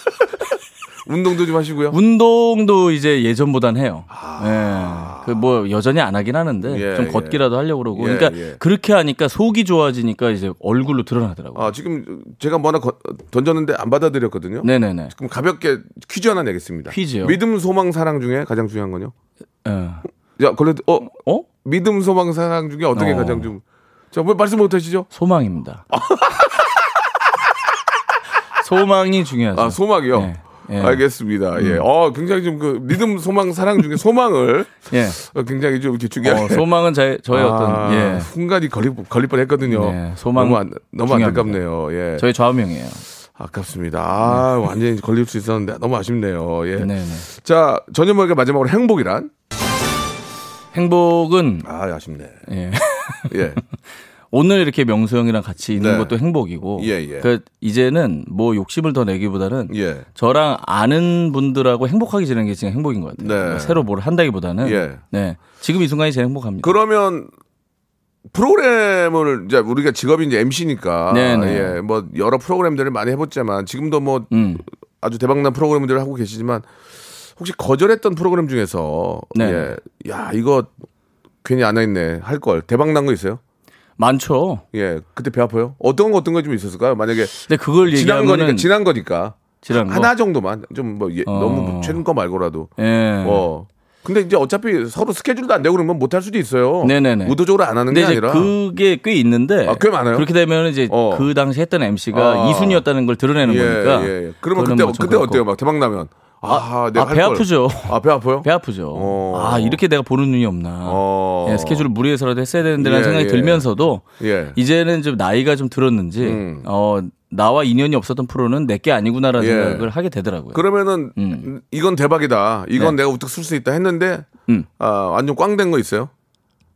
Speaker 3: 운동도 좀 하시고요.
Speaker 6: 운동도 이제 예전보단 해요. 예. 그 뭐 여전히 안 하긴 하는데
Speaker 3: 아. 예,
Speaker 6: 좀
Speaker 3: 예.
Speaker 6: 걷기라도 하려고 그러고.
Speaker 3: 예,
Speaker 6: 그러니까
Speaker 3: 예.
Speaker 6: 그렇게 하니까 속이 좋아지니까 이제 얼굴로 드러나더라고요.
Speaker 3: 아, 지금 제가 뭐 하나 거- 던졌는데 안 받아들였거든요.
Speaker 6: 네네네.
Speaker 3: 그럼 가볍게 퀴즈 하나 내겠습니다.
Speaker 6: 퀴즈요?
Speaker 3: 믿음, 소망, 사랑 중에 가장 중요한 건요?
Speaker 6: 예.
Speaker 3: 야, 걸레드, 어,
Speaker 6: 어?
Speaker 3: 믿음, 소망, 사랑 중에 어떤 게
Speaker 6: 어.
Speaker 3: 가장 좀. 자, 왜 말씀 못 하시죠?
Speaker 6: 소망입니다. 소망이 중요하죠.
Speaker 3: 아, 소망이요?
Speaker 6: 예, 예.
Speaker 3: 알겠습니다. 예. 어, 굉장히 좀 그 믿음, 소망, 사랑 중에 소망을
Speaker 6: 예.
Speaker 3: 어, 굉장히 좀 이렇게 중요하게.
Speaker 6: 어, 소망은 제,
Speaker 3: 아.
Speaker 6: 저의 어떤 예.
Speaker 3: 순간이 걸릴, 걸릴 뻔 했거든요.
Speaker 6: 네, 소망
Speaker 3: 너무, 안, 너무
Speaker 6: 중요합니다.
Speaker 3: 안타깝네요. 예.
Speaker 6: 저의 좌우명이에요.
Speaker 3: 아깝습니다. 아, 완전히 걸릴 수 있었는데 너무 아쉽네요. 예.
Speaker 6: 네네.
Speaker 3: 자, 전현무에게 마지막으로 행복이란?
Speaker 6: 행복은
Speaker 3: 아, 아쉽네.
Speaker 6: 예.
Speaker 3: 예.
Speaker 6: 오늘 이렇게 명수 형이랑 같이 있는
Speaker 3: 네.
Speaker 6: 것도 행복이고.
Speaker 3: 예, 예.
Speaker 6: 그 이제는 뭐 욕심을 더 내기보다는
Speaker 3: 예.
Speaker 6: 저랑 아는 분들하고 행복하게 지내는 게 지금 행복인 것 같아요.
Speaker 3: 네.
Speaker 6: 뭐 새로 뭘 한다기보다는
Speaker 3: 예.
Speaker 6: 네. 지금 이 순간이 제일 행복합니다.
Speaker 3: 그러면 프로그램을 이제 우리가 직업이 이제 MC니까
Speaker 6: 네네.
Speaker 3: 예, 뭐 여러 프로그램들을 많이 해봤지만 지금도 뭐
Speaker 6: 음.
Speaker 3: 아주 대박난 프로그램들을 하고 계시지만 혹시 거절했던 프로그램 중에서
Speaker 6: 네.
Speaker 3: 예, 야 이거 괜히 안 했네 할 걸 대박난 거 있어요?
Speaker 6: 많죠.
Speaker 3: 예, 그때 배 아파요? 어떤 거 어떤 거 좀 있었을까요? 만약에
Speaker 6: 근데 그걸
Speaker 3: 지난
Speaker 6: 얘기하면
Speaker 3: 거니까 지난 거니까
Speaker 6: 지난 거?
Speaker 3: 하나 정도만 좀 뭐
Speaker 6: 뭐? 어.
Speaker 3: 너무 최근 거 말고라도
Speaker 6: 예.
Speaker 3: 어. 근데 이제 어차피 서로 스케줄도 안 되고 그러면 못 할 수도 있어요.
Speaker 6: 네네네.
Speaker 3: 의도적으로 안 하는
Speaker 6: 근데
Speaker 3: 게
Speaker 6: 이제
Speaker 3: 아니라.
Speaker 6: 그게 꽤 있는데
Speaker 3: 아, 꽤 많아요?
Speaker 6: 그렇게 되면 이제
Speaker 3: 어.
Speaker 6: 그 당시 했던 MC가
Speaker 3: 아.
Speaker 6: 이순이었다는 걸 드러내는 거니까.
Speaker 3: 예, 그러면
Speaker 6: 그거는
Speaker 3: 그때
Speaker 6: 뭐좀
Speaker 3: 그때
Speaker 6: 그렇고.
Speaker 3: 어때요? 막 대박 나면 아,
Speaker 6: 아, 배 아프죠.
Speaker 3: 아배 아파요?
Speaker 6: 배 아프죠.
Speaker 3: 어.
Speaker 6: 아 이렇게 내가 보는 눈이 없나.
Speaker 3: 어.
Speaker 6: 예, 스케줄을 무리해서라도 했어야 되는데라는
Speaker 3: 예,
Speaker 6: 생각이
Speaker 3: 예.
Speaker 6: 들면서도
Speaker 3: 예.
Speaker 6: 네. 이제는 좀 나이가 좀 들었는지
Speaker 3: 음.
Speaker 6: 어 나와 인연이 없었던 프로는 내게 아니구나라는
Speaker 3: 예.
Speaker 6: 생각을 하게 되더라고요.
Speaker 3: 그러면은
Speaker 6: 음. 네.
Speaker 3: 이건 대박이다. 이건 내가 우뚝 쓸 수 있다 했는데
Speaker 6: 음.
Speaker 3: 아, 완전 꽝 된 거 있어요?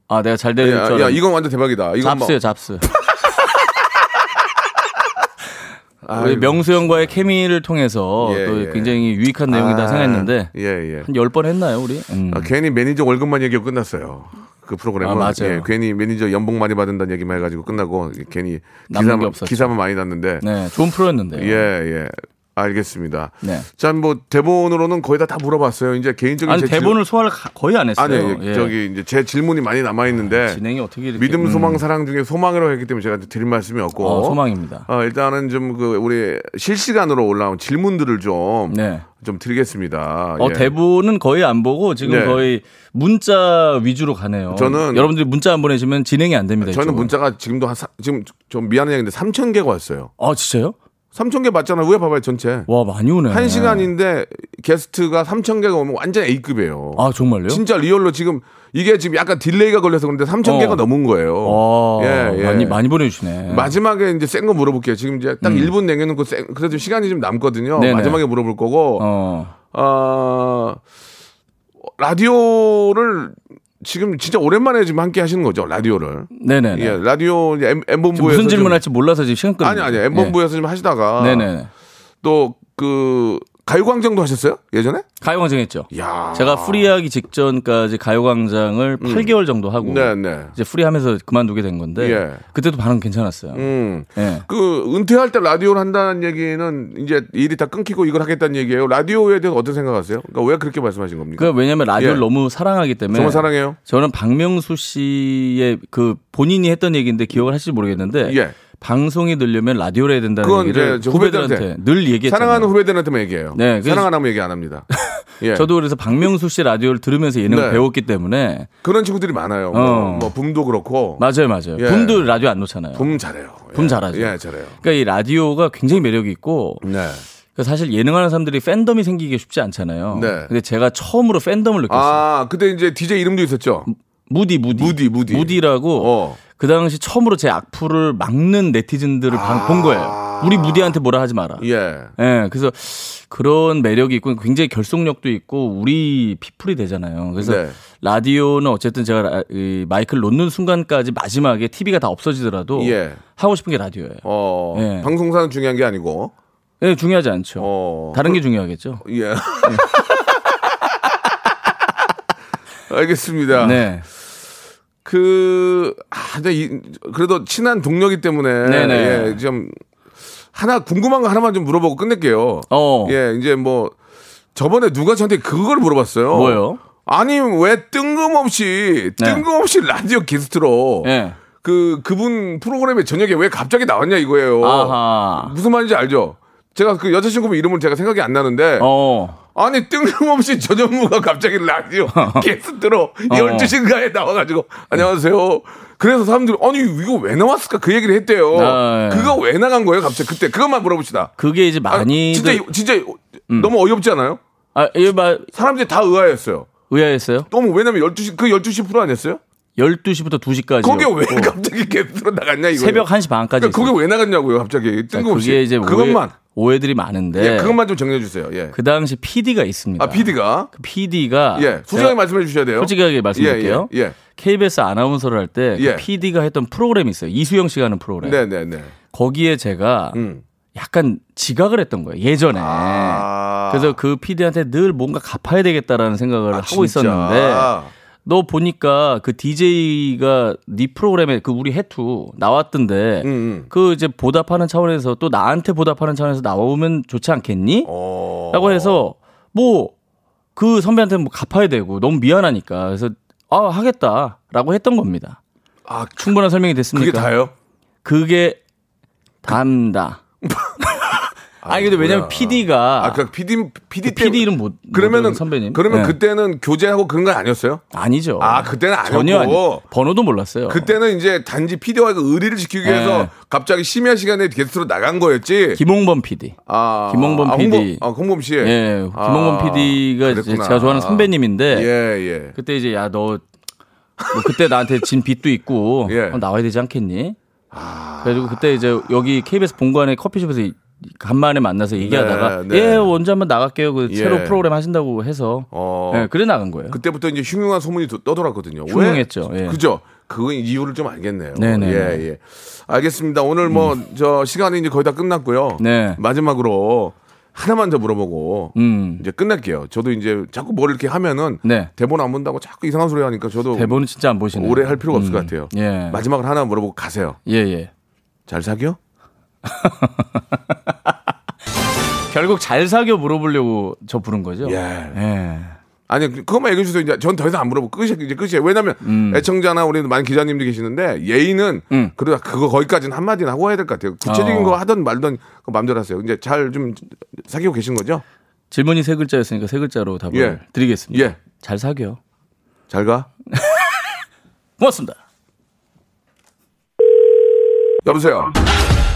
Speaker 6: 아 내가 잘
Speaker 3: 야,
Speaker 6: 되는 줄
Speaker 3: 야,
Speaker 6: 알았는데
Speaker 3: 이건 완전 대박이다. 이건 뭐 막-
Speaker 6: 잡스요 잡스. 우리
Speaker 3: 아이고.
Speaker 6: 명수 형과의 케미를 통해서
Speaker 3: 예,
Speaker 6: 또
Speaker 3: 예.
Speaker 6: 굉장히 유익한 내용이다
Speaker 3: 아,
Speaker 6: 생각했는데
Speaker 3: 예, 예.
Speaker 6: 한 열 번 했나요 우리? 음.
Speaker 3: 아, 괜히 매니저 월급만 얘기하고 끝났어요. 그 프로그램은
Speaker 6: 아, 맞아요.
Speaker 3: 예, 괜히 매니저 연봉 많이 받는다는 얘기만 해가지고 끝나고 괜히
Speaker 6: 남는 게
Speaker 3: 기사만,
Speaker 6: 없었죠.
Speaker 3: 기사만 많이 났는데
Speaker 6: 네 좋은 프로였는데요.
Speaker 3: 예, 예. 알겠습니다.
Speaker 6: 네.
Speaker 3: 자, 뭐 대본으로는 거의 다 다 물어봤어요. 이제 개인적인
Speaker 6: 아니
Speaker 3: 제 질-
Speaker 6: 대본을 소화를 가- 거의 안 했어요.
Speaker 3: 아니, 아니,
Speaker 6: 예.
Speaker 3: 저기 이제 제 질문이 많이 남아 있는데
Speaker 6: 진행이 어떻게 이렇게-
Speaker 3: 믿음,
Speaker 6: 음.
Speaker 3: 소망, 사랑 중에 소망이라고 했기 때문에 제가 드릴 말씀이 없고
Speaker 6: 어, 소망입니다.
Speaker 3: 어, 일단은 좀 그 우리 실시간으로 올라온 질문들을 좀 좀
Speaker 6: 네.
Speaker 3: 드리겠습니다.
Speaker 6: 어,
Speaker 3: 예.
Speaker 6: 대본은 거의 안 보고 지금
Speaker 3: 네.
Speaker 6: 거의 문자 위주로 가네요.
Speaker 3: 저는-
Speaker 6: 여러분들이 문자 안 보내시면 진행이 안 됩니다.
Speaker 3: 저는
Speaker 6: 이쪽은.
Speaker 3: 문자가 지금도 한 사- 지금 좀 미안한 얘기인데 3천 개가 왔어요.
Speaker 6: 아 진짜요?
Speaker 3: 3천 개 맞잖아. 왜 봐봐요 전체.
Speaker 6: 와 많이 오네.
Speaker 3: 한 시간인데 게스트가 3천 개가 오면 완전 A급이에요.
Speaker 6: 아 정말요?
Speaker 3: 진짜 리얼로 지금 이게 지금 약간 딜레이가 걸려서 그런데 3천
Speaker 6: 어.
Speaker 3: 개가 넘은 거예요.
Speaker 6: 와 많이 많이 보내주시네.
Speaker 3: 마지막에 이제 센 거 물어볼게요. 지금 이제 딱 1분 남겨놓고 센, 그래도 시간이 좀 남거든요.
Speaker 6: 네네.
Speaker 3: 마지막에 물어볼 거고,
Speaker 6: 어.
Speaker 3: 어, 라디오를 지금 진짜 오랜만에 지금 함께 하시는 거죠. 라디오를.
Speaker 6: 네네.
Speaker 3: 예, 라디오 이제 M,
Speaker 6: 지금
Speaker 3: M본부에서.
Speaker 6: 무슨 질문할지 몰라서 지금 시간
Speaker 3: 좀,
Speaker 6: 끌.
Speaker 3: 아니, 아니, M본부에서 좀 하시다가.
Speaker 6: 예. 네네.
Speaker 3: 또 그, 가요광장도 하셨어요? 예전에?
Speaker 6: 가요광장 했죠.
Speaker 3: 야 음.
Speaker 6: 제가 프리하기 직전까지 가요광장을 8개월 정도 하고
Speaker 3: 네네.
Speaker 6: 이제 프리하면서 그만두게 된 건데
Speaker 3: 예.
Speaker 6: 그때도 반응 괜찮았어요.
Speaker 3: 음.
Speaker 6: 예.
Speaker 3: 그 은퇴할 때 라디오를 한다는 얘기는 이제 일이 다 끊기고 이걸 하겠다는 얘기예요. 라디오에 대해서 어떤 생각하세요? 그러니까 왜 그렇게 말씀하신 겁니까?
Speaker 6: 그 네. 왜냐면 라디오를
Speaker 3: 예.
Speaker 6: 너무 사랑하기 때문에
Speaker 3: 정말 사랑해요.
Speaker 6: 저는 박명수 씨의 그 본인이 했던 얘기인데 기억을 하실지 모르겠는데
Speaker 3: 예.
Speaker 6: 방송이 늘려면 라디오를 해야 된다는
Speaker 3: 그건
Speaker 6: 얘기를
Speaker 3: 이제 저
Speaker 6: 후배들한테
Speaker 3: 후배들한테
Speaker 6: 늘 얘기했잖아요.
Speaker 3: 사랑하는 후배들한테만 얘기해요.
Speaker 6: 네, 그래서-
Speaker 3: 사랑 안 하면 얘기 안 합니다. 예.
Speaker 6: 저도 그래서 박명수 씨 라디오를 들으면서 예능을
Speaker 3: 네.
Speaker 6: 배웠기 때문에
Speaker 3: 그런 친구들이 많아요.
Speaker 6: 어.
Speaker 3: 뭐, 뭐 붐도 그렇고
Speaker 6: 맞아요, 맞아요.
Speaker 3: 예.
Speaker 6: 붐도 라디오 안 놓잖아요.
Speaker 3: 붐 잘해요. 예.
Speaker 6: 붐 잘하죠.
Speaker 3: 예, 잘해요.
Speaker 6: 그러니까 이 라디오가 굉장히 매력이 있고
Speaker 3: 네.
Speaker 6: 그러니까 사실 예능하는 사람들이 팬덤이 생기기 쉽지 않잖아요.
Speaker 3: 네.
Speaker 6: 근데 제가 처음으로 팬덤을 느꼈어요.
Speaker 3: 아 그때 이제 DJ 이름도 있었죠.
Speaker 6: 음. 무디 무디
Speaker 3: 무디, 무디.
Speaker 6: 라고
Speaker 3: 어.
Speaker 6: 그 당시 처음으로 제 악플을 막는 네티즌들을
Speaker 3: 아.
Speaker 6: 방- 본 거예요. 우리 무디한테 뭐라 하지 마라. 예.
Speaker 3: 예.
Speaker 6: 그래서 그런 매력이 있고 굉장히 결속력도 있고 우리 피플이 되잖아요. 그래서
Speaker 3: 네.
Speaker 6: 라디오는 어쨌든 제가 라- 이 마이크를 놓는 순간까지 마지막에 TV가 다 없어지더라도
Speaker 3: 예.
Speaker 6: 하고 싶은 게 라디오예요.
Speaker 3: 어.
Speaker 6: 예.
Speaker 3: 방송사는 중요한 게 아니고.
Speaker 6: 예, 중요하지 않죠.
Speaker 3: 어.
Speaker 6: 다른 게 중요하겠죠.
Speaker 3: 예. 알겠습니다.
Speaker 6: 네.
Speaker 3: 그, 아, 근데 이, 그래도 친한 동료기 때문에.
Speaker 6: 네네.
Speaker 3: 예, 좀, 하나, 궁금한 거 하나만 좀 물어보고 끝낼게요.
Speaker 6: 어.
Speaker 3: 예, 이제 뭐, 저번에 누가 저한테 그걸 물어봤어요.
Speaker 6: 뭐요?
Speaker 3: 아니, 왜 뜬금없이,
Speaker 6: 네.
Speaker 3: 뜬금없이 라디오 게스트로.
Speaker 6: 예.
Speaker 3: 그, 그분 프로그램에 저녁에 왜 갑자기 나왔냐 이거예요.
Speaker 6: 아하.
Speaker 3: 무슨 말인지 알죠? 제가 그 여자친구분 이름은 제가 생각이 안 나는데.
Speaker 6: 어.
Speaker 3: 아니 뜬금없이 전현무가 갑자기 라디오 게스트로
Speaker 6: 어.
Speaker 3: 12시인가에 나와가지고 안녕하세요. 그래서 사람들이 아니 이거 왜 나왔을까 그 얘기를 했대요.
Speaker 6: 아, 예.
Speaker 3: 그거 왜 나간 거예요 갑자기 그때 그것만 물어봅시다.
Speaker 6: 그게 음. 이제
Speaker 3: 아,
Speaker 6: 많이
Speaker 3: 진짜 진짜 너무 어이없지 않아요?
Speaker 6: 아, 이거 막
Speaker 3: 사람들이 다 의아했어요.
Speaker 6: 의아했어요.
Speaker 3: 너무 왜냐면 12시 그 12시 프로 아니었어요?
Speaker 6: 12시부터 2시까지.
Speaker 3: 거기 왜 갑자기 게스트로 나갔냐 그러니까 이거
Speaker 6: 어. 새벽 1시 반까지.
Speaker 3: 그러니까 그게 왜 나갔냐고요 갑자기 뜬금없이
Speaker 6: 그게 이제 오해-
Speaker 3: 그것만
Speaker 6: 오해들이 많은데
Speaker 3: 예, 그것만 좀 정리해 주세요. 예.
Speaker 6: 그 당시 PD가 있습니다.
Speaker 3: 아, PD가
Speaker 6: 그 PD가
Speaker 3: 예, 소장님 말씀해 주셔야 돼요.
Speaker 6: 솔직하게 말씀드릴게요.
Speaker 3: 예, 예,
Speaker 6: KBS 아나운서를 할 때
Speaker 3: 예.
Speaker 6: PD가 했던 프로그램이 있어요. 이수영 씨가 하는 프로그램.
Speaker 3: 예. 네, 네, 네.
Speaker 6: 거기에 제가
Speaker 3: 음.
Speaker 6: 약간 지각을 했던 거예요. 예전에.
Speaker 3: 아.
Speaker 6: 그래서 그 PD한테 늘 뭔가 갚아야 되겠다라는 생각을
Speaker 3: 아, 진짜.
Speaker 6: 하고 있었는데 너 보니까 그 DJ가 네 프로그램에 그 우리 해투 나왔던데
Speaker 3: 음, 음.
Speaker 6: 그 이제 보답하는 차원에서 또 나한테 보답하는 차원에서 나오면 좋지 않겠니?
Speaker 3: 어.
Speaker 6: 라고 해서 뭐 그 선배한테 뭐 갚아야 되고 너무 미안하니까 그래서 아 하겠다라고 했던 겁니다.
Speaker 3: 아,
Speaker 6: 충분한 설명이 됐습니까?
Speaker 3: 그게 다예요?
Speaker 6: 그게 담다. 아니 근데 왜냐면 PD가
Speaker 3: 아, 그 PD PD
Speaker 6: PD 이름 못- 못
Speaker 3: 그러면은
Speaker 6: 외우는 선배님.
Speaker 3: 그러면
Speaker 6: 네.
Speaker 3: 그때는 교제하고 그런 건 아니었어요?
Speaker 6: 아니죠.
Speaker 3: 아, 그때는 아니었고.
Speaker 6: 전혀 아니. 번호도 몰랐어요.
Speaker 3: 그때는 이제 단지 PD와 그 의리를 지키기
Speaker 6: 네.
Speaker 3: 위해서 갑자기 심야 시간에 게스트로 나간 거였지.
Speaker 6: 김홍범 PD.
Speaker 3: 아,
Speaker 6: 김홍범
Speaker 3: 아,
Speaker 6: PD.
Speaker 3: 홍범, 아, 홍범 씨.
Speaker 6: 예, 김홍범
Speaker 3: 아,
Speaker 6: PD가 이제
Speaker 3: 그랬구나.
Speaker 6: 제가 좋아하는 선배님인데
Speaker 3: 예, 예.
Speaker 6: 그때 이제 야 너뭐 그때 나한테 진 빚도 있고
Speaker 3: 예. 아.
Speaker 6: 어, 나와야 되지 않겠니? 그래가지고 그때 이제 여기 KBS 본관에 커피숍에서 이- 간만에 만나서 얘기하다가
Speaker 3: 네.
Speaker 6: 예 언제 한번 나갈게요. 그
Speaker 3: 예.
Speaker 6: 새로 프로그램 하신다고 해서
Speaker 3: 어.
Speaker 6: 예, 그래 나간 거예요.
Speaker 3: 그때부터 이제 흉흉한 소문이 도- 떠돌았거든요. 왜?
Speaker 6: 흉흉했죠, 예.
Speaker 3: 그죠? 그 이유를 좀 알겠네요.
Speaker 6: 네네. 음.
Speaker 3: 예, 예. 알겠습니다. 오늘 뭐 저 시간이 이제 거의 다 끝났고요.
Speaker 6: 네.
Speaker 3: 마지막으로 하나만 더 물어보고
Speaker 6: 음.
Speaker 3: 이제 끝낼게요. 저도 이제 자꾸 뭘 이렇게 하면은
Speaker 6: 네.
Speaker 3: 대본 안 본다고 자꾸 이상한 소리 하니까 저도
Speaker 6: 대본은 진짜 안 보시네요.
Speaker 3: 오래 할 필요가 없을
Speaker 6: 음.
Speaker 3: 것 같아요.
Speaker 6: 예.
Speaker 3: 마지막으로 하나 물어보고 가세요.
Speaker 6: 예, 예.
Speaker 3: 잘 사겨?
Speaker 6: 결국 잘 사겨 물어보려고 저 부른 거죠?
Speaker 3: 예.
Speaker 6: 예.
Speaker 3: 아니 그- 그것만 얘기해 주세요. 이제 전 더 이상 안 물어보고 끝이 이제 끝이에요. 왜냐면 애청자나 우리 많은 기자님도 계시는데 예의는
Speaker 6: 음.
Speaker 3: 그러다 그거 거기까지는 한 마디는 하고 해야 될 것 같아요. 구체적인
Speaker 6: 어.
Speaker 3: 거 하든 말든 그 마음대로 하세요. 이제 잘 좀 사귀고 계신 거죠?
Speaker 6: 질문이 세 글자였으니까 세 글자로 답을
Speaker 3: 예.
Speaker 6: 드리겠습니다.
Speaker 3: 예.
Speaker 6: 잘 사겨.
Speaker 3: 잘 가.
Speaker 6: 고맙습니다.
Speaker 3: 여보세요.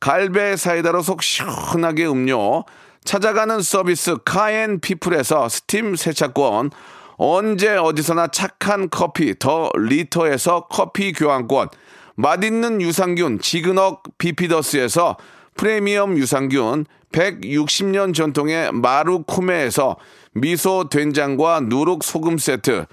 Speaker 3: 갈배 사이다로 속 시원하게 음료, 찾아가는 서비스 카엔 피플에서 스팀 세차권, 언제 어디서나 착한 커피 더 리터에서 커피 교환권, 맛있는 유산균 지그넉 비피더스에서 프리미엄 유산균 160년 전통의 마루코메에서 미소 된장과 누룩 소금 세트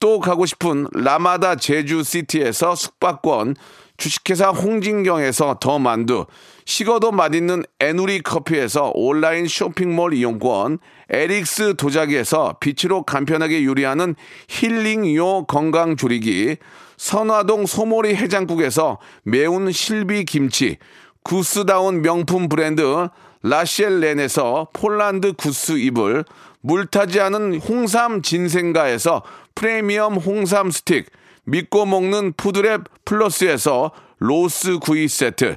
Speaker 3: 또 가고 싶은 라마다 제주시티에서 숙박권 주식회사 홍진경에서 더 만두 식어도 맛있는 에누리 커피에서 온라인 쇼핑몰 이용권 에릭스 도자기에서 빛으로 간편하게 요리하는 힐링요 건강조리기 선화동 소모리 해장국에서 매운 실비 김치, 구스다운 명품 브랜드 라시엘렌에서 폴란드 구스 이불, 물타지 않은 홍삼 진생가에서 프리미엄 홍삼 스틱, 믿고 먹는 푸드랩 플러스에서 로스 구이 세트,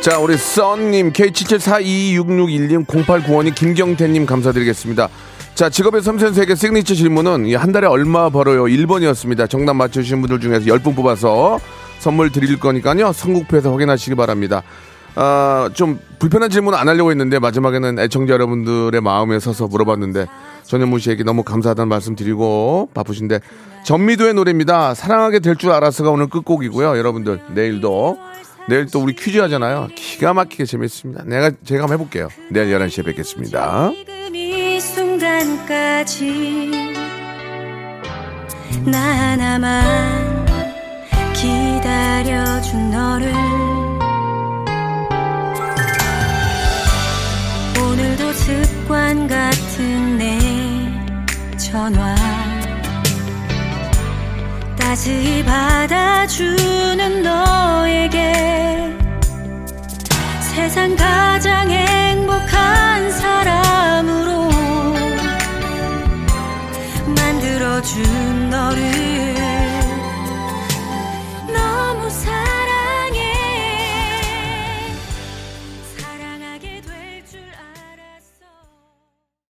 Speaker 7: 자, 우리 썬님, K77426611님, 0895님, 김경태님 감사드리겠습니다. 자, 직업의 섬세한 세계 시그니처 질문은 이한 달에 얼마 벌어요? 1번이었습니다. 정답 맞춰주신 분들 중에서 10분 뽑아서 선물 드릴 거니까요. 선곡표에서 확인하시기 바랍니다. 아, 좀 불편한 질문 안 하려고 했는데 마지막에는 애청자 여러분들의 마음에 서서 물어봤는데 전현무 씨에게 너무 감사하다는 말씀 드리고 바쁘신데 전미도의 노래입니다. 사랑하게 될 줄 알았어가 오늘 끝곡이고요. 여러분들 내일도 내일 또 우리 퀴즈 하잖아요. 기가 막히게 재밌습니다. 내가 제가 한번 해볼게요. 내일 11시에 뵙겠습니다.
Speaker 8: 지금 이 순간까지 나 하나만 기다려준 너를 오늘도 습관 같은 내 전화 따스히 받아주는 너에게 세상 가장 행복한 사람으로 만들어준 너를 너무 사랑해